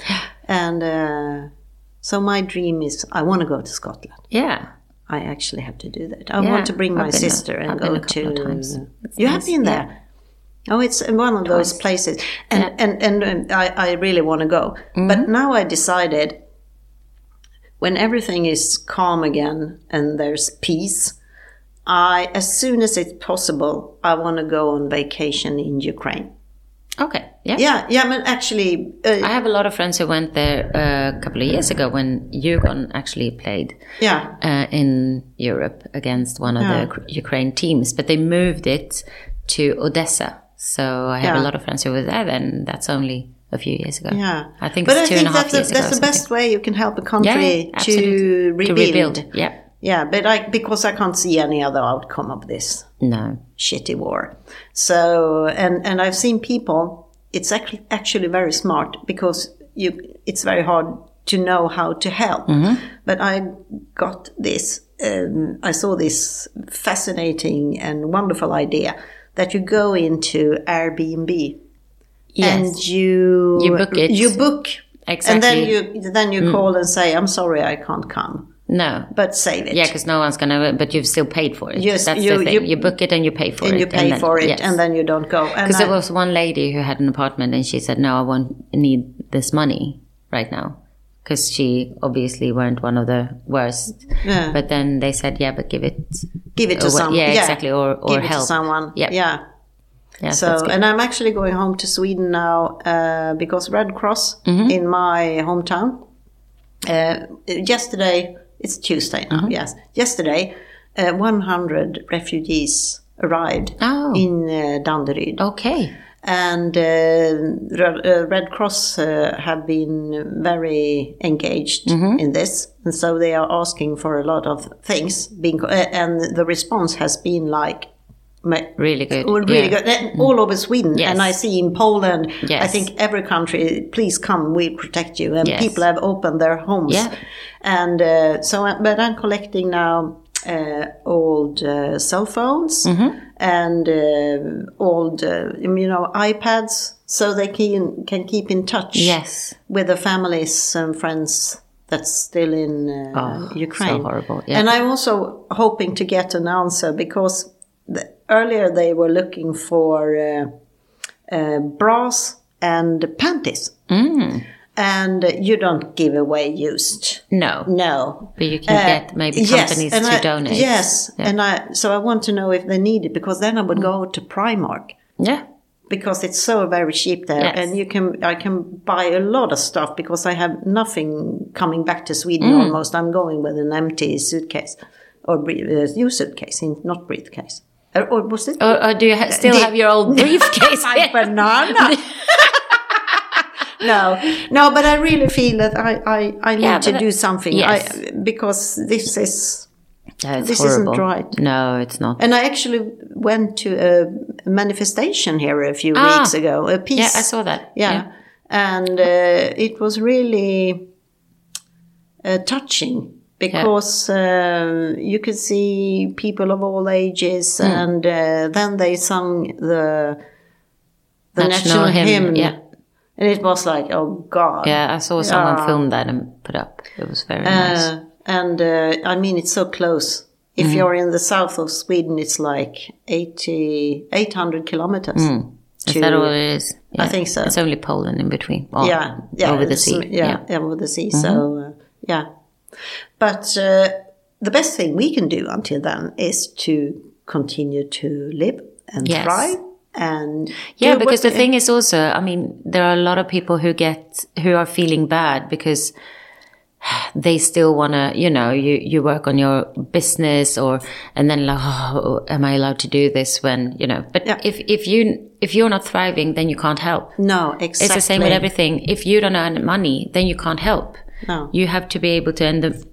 S1: And uh, so my dream is I want to go to Scotland.
S2: Yeah.
S1: I actually have to do that. I
S2: Yeah,
S1: want to bring
S2: I've
S1: my
S2: been a-
S1: sister and
S2: I've been
S1: go
S2: a couple
S1: to.
S2: of times.
S1: You have been there. Oh, it's one of those places, and and, and and I I really want to go. But
S2: Mm-hmm.
S1: now I decided when everything is calm again and there's peace. I, as soon as it's possible, I want to go on vacation in Ukraine.
S2: Okay. Yeah.
S1: Yeah, yeah, but actually, uh,
S2: I have a lot of friends who went there uh, a couple of years ago when Yukon actually played.
S1: yeah,
S2: uh, in Europe against one of the Uk- Ukraine teams, but they moved it to Odessa. So I have a
S1: Yeah.
S2: lot of friends who were there then. That's only a few years ago.
S1: Yeah,
S2: I think
S1: but
S2: it's
S1: I
S2: two
S1: think
S2: and a half
S1: that's, the-
S2: years ago.
S1: that's
S2: or
S1: the best way you can help a country
S2: something. yeah,
S1: to,
S2: absolutely.
S1: rebuild.
S2: To rebuild. Yeah.
S1: Yeah, but I because I can't see any other outcome of this
S2: No.
S1: shitty war. So and and I've seen people. It's actually actually very smart because you. It's very hard to know how to help.
S2: Mm-hmm.
S1: But I got this. Um, I saw this fascinating and wonderful idea that you go into Airbnb
S2: Yes.
S1: and you
S2: You book it.
S1: You book and
S2: exactly. Mm.
S1: then you then you call and say, "I'm sorry, I can't come,
S2: no.
S1: but save it."
S2: Yeah, because no one's gonna. But you've still paid for it.
S1: Yes,
S2: that's
S1: you-
S2: the thing.
S1: you-
S2: You, book it and you pay for it.
S1: and you pay
S2: then-
S1: for it,
S2: yes.
S1: and then you don't go. And
S2: Because
S1: I,
S2: there was one lady who had an apartment and she said, No, I won't need this money right now. Because she obviously weren't one of the worst.
S1: Yeah.
S2: But then they said, Yeah, but give it.
S1: give it to
S2: away."
S1: someone.
S2: Uh, Yeah, exactly. Or, or
S1: give
S2: help.
S1: it to someone.
S2: Yeah.
S1: Yeah.
S2: Yeah, that's
S1: So,
S2: good.
S1: and I'm actually going home to Sweden now uh, because Red Cross
S2: Mm-hmm.
S1: in my hometown. Uh, yesterday, it's Tuesday now.
S2: Mm-hmm.
S1: Yes, yesterday, uh, 100 refugees arrived
S2: Oh.
S1: in uh, Danderyd.
S2: okay.
S1: and uh, Red, uh, Red Cross uh, have been very engaged in this, and so they are asking for a lot of things. Being uh, and the response has been like. ma-
S2: Really good.
S1: well, really
S2: Yeah. Mm.
S1: good. And All over Sweden,
S2: Yes.
S1: and I see in Poland.
S2: Yes.
S1: I think every country, please come, we protect you. And
S2: Yes.
S1: people have opened their homes,
S2: Yeah.
S1: and uh, so. I- But I'm collecting now uh, old uh,
S2: Mm-hmm.
S1: cell phones and uh, old, uh, you know, iPads. so they can, can keep in touch
S2: Yes.
S1: with the families and friends that's still in uh,
S2: Oh,
S1: Ukraine.
S2: so horrible, yeah.
S1: And I'm also hoping to get an answer because the, earlier they were looking for uh, uh, bras and panties.
S2: Mm.
S1: And you don't give away used.
S2: No.
S1: No.
S2: But you can
S1: Uh,
S2: get maybe
S1: yes,
S2: companies
S1: and
S2: to
S1: I-
S2: donate.
S1: Yes, and I so I want to know if they need it because then I
S2: Mm.
S1: would go to Primark
S2: Yeah.
S1: because it's so very cheap there,
S2: Yes.
S1: and you can I can buy a lot of stuff because I have nothing coming back to Sweden.
S2: Mm.
S1: Almost, I'm going with an empty suitcase or bre- uh, new suitcase, in- not briefcase. Or, or was it?
S2: Or, or do you ha- still
S1: Did-
S2: have your old briefcase?
S1: my banana. no, no, but I really feel that I I, I need
S2: Yeah,
S1: to
S2: but- uh,
S1: do something.
S2: yes.
S1: I, because this is
S2: No, it's
S1: This isn't
S2: horrible.
S1: right.
S2: No, it's not.
S1: And I actually went to a manifestation here a few
S2: Ah.
S1: weeks ago, a piece.
S2: Yeah, I saw that.
S1: Yeah. And uh, it was really uh, touching because uh, you could see people of all ages,
S2: Hmm.
S1: and uh, then they sung the, the national,
S2: National hymn,
S1: hymn.
S2: yeah.
S1: And it was like, oh God.
S2: Yeah, I saw someone
S1: Yeah.
S2: film that and put up. It was very nice. Hmm.
S1: Uh, and uh, I mean, it's so close. If you're in the south of Sweden, it's like 80, 800 kilometers.
S2: Hmm. Is
S1: to-
S2: that all it is?
S1: I
S2: Yeah.
S1: think so.
S2: It's only Poland in between. Or
S1: yeah, yeah,
S2: Over the
S1: it's-
S2: sea. Mm-hmm.
S1: Yeah, yeah, over the sea. So, uh, yeah. But uh, the best thing we can do until then is to continue to live and
S2: Yes.
S1: thrive. And
S2: Yeah,
S1: do
S2: because
S1: what-
S2: the thing is also, I mean, there are a lot of people who get who are feeling bad because they still want to, you know, you you work on your business or and then like, oh, am I allowed to do this when, you know, but
S1: Yeah.
S2: if if you if you're not thriving, then you can't help.
S1: no, exactly.
S2: It's the same with everything. If you don't earn money, then you can't help.
S1: No.
S2: You have to be able to and the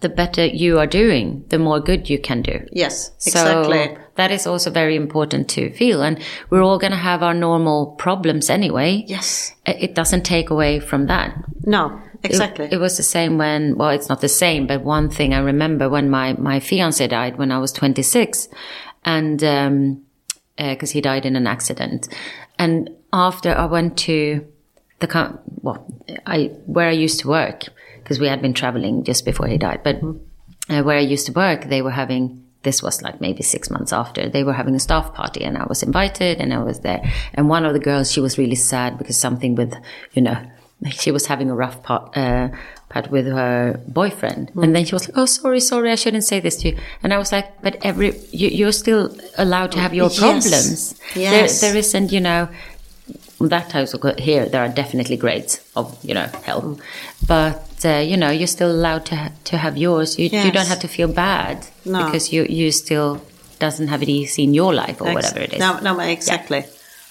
S2: the better you are doing, the more good you can do.
S1: Yes,
S2: So
S1: exactly.
S2: that is also very important to feel. And we're all going to have our normal problems anyway.
S1: yes.
S2: I- It doesn't take away from that.
S1: No,
S2: It-
S1: exactly.
S2: It, was the same when, well, it's not the same, but one thing I remember when my, my fiance died when I was 26 and, um, uh 'cause cause he died in an accident. And after I went to the, co- well, I, where I used to work, cause we had been traveling just before he died,
S1: Mm-hmm.
S2: but uh, where I used to work, they were having this was like maybe six months after they were having a staff party and I was invited and I was there. And one of the girls, she was really sad because something with, you know, like she was having a rough part, uh, part with her boyfriend.
S1: Hmm.
S2: And then she was like, Oh, sorry, sorry. I shouldn't say this to you. And I was like, but every, you, you're still allowed to have your
S1: Yes.
S2: problems.
S1: Yes.
S2: There, there isn't, you know, that type of here there are definitely grades of you know help but uh, you know you're still allowed to ha- to have yours you, you
S1: Yes.
S2: don't have to feel bad
S1: No.
S2: because you you still doesn't have it easy in your life or
S1: Ex-
S2: whatever it is
S1: No, no, exactly.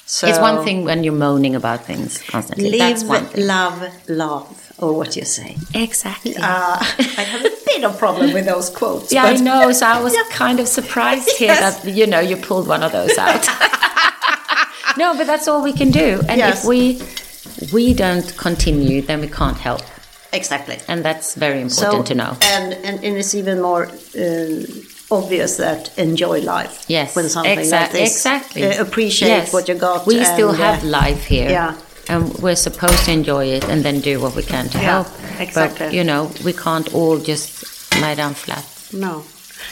S1: So
S2: it's one thing when you're moaning about things constantly that's
S1: Live,
S2: one thing
S1: love, love, or what you say.
S2: exactly
S1: Uh, I have a bit of problem with those quotes.
S2: yeah i
S1: but-
S2: know so i was kind of surprised here
S1: Yes.
S2: that you know you pulled one of those out no but that's all we can do and
S1: Yes.
S2: if we we don't continue then we can't help
S1: Exactly.
S2: and that's very important to know
S1: And, and and it's even more uh, obvious that enjoy life.
S2: Yes.
S1: When something like
S2: Exact-
S1: this.
S2: Exactly.
S1: Uh, appreciate
S2: Yes.
S1: what you got.
S2: We
S1: and,
S2: still have
S1: uh,
S2: life here.
S1: yeah.
S2: And we're supposed to enjoy it and then do what we can to
S1: Yeah,
S2: help. But,
S1: exactly.
S2: you know, we can't all just lie down flat.
S1: no.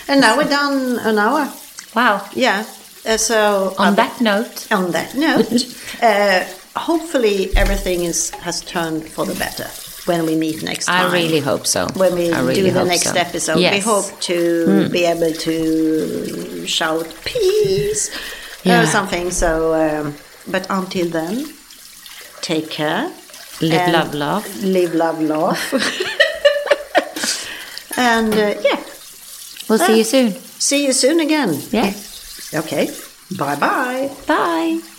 S1: And now we're done an hour.
S2: Wow.
S1: Yeah. Uh, so
S2: On
S1: uh,
S2: that note,
S1: on that note, uh, hopefully everything is has turned for the better when we meet next time.
S2: I really hope so.
S1: when we
S2: I really
S1: do the
S2: hope
S1: next
S2: so.
S1: episode.
S2: Yes. Hmm.
S1: We hope to be able to shout peace or
S2: Yeah.
S1: something. So, um, but until then, take care.
S2: Live,
S1: and
S2: love, laugh.
S1: Live, love, laugh. and uh, yeah,
S2: We'll
S1: Ah.
S2: see you soon.
S1: see you soon again.
S2: Yeah.
S1: Okay. Bye bye.
S2: Bye.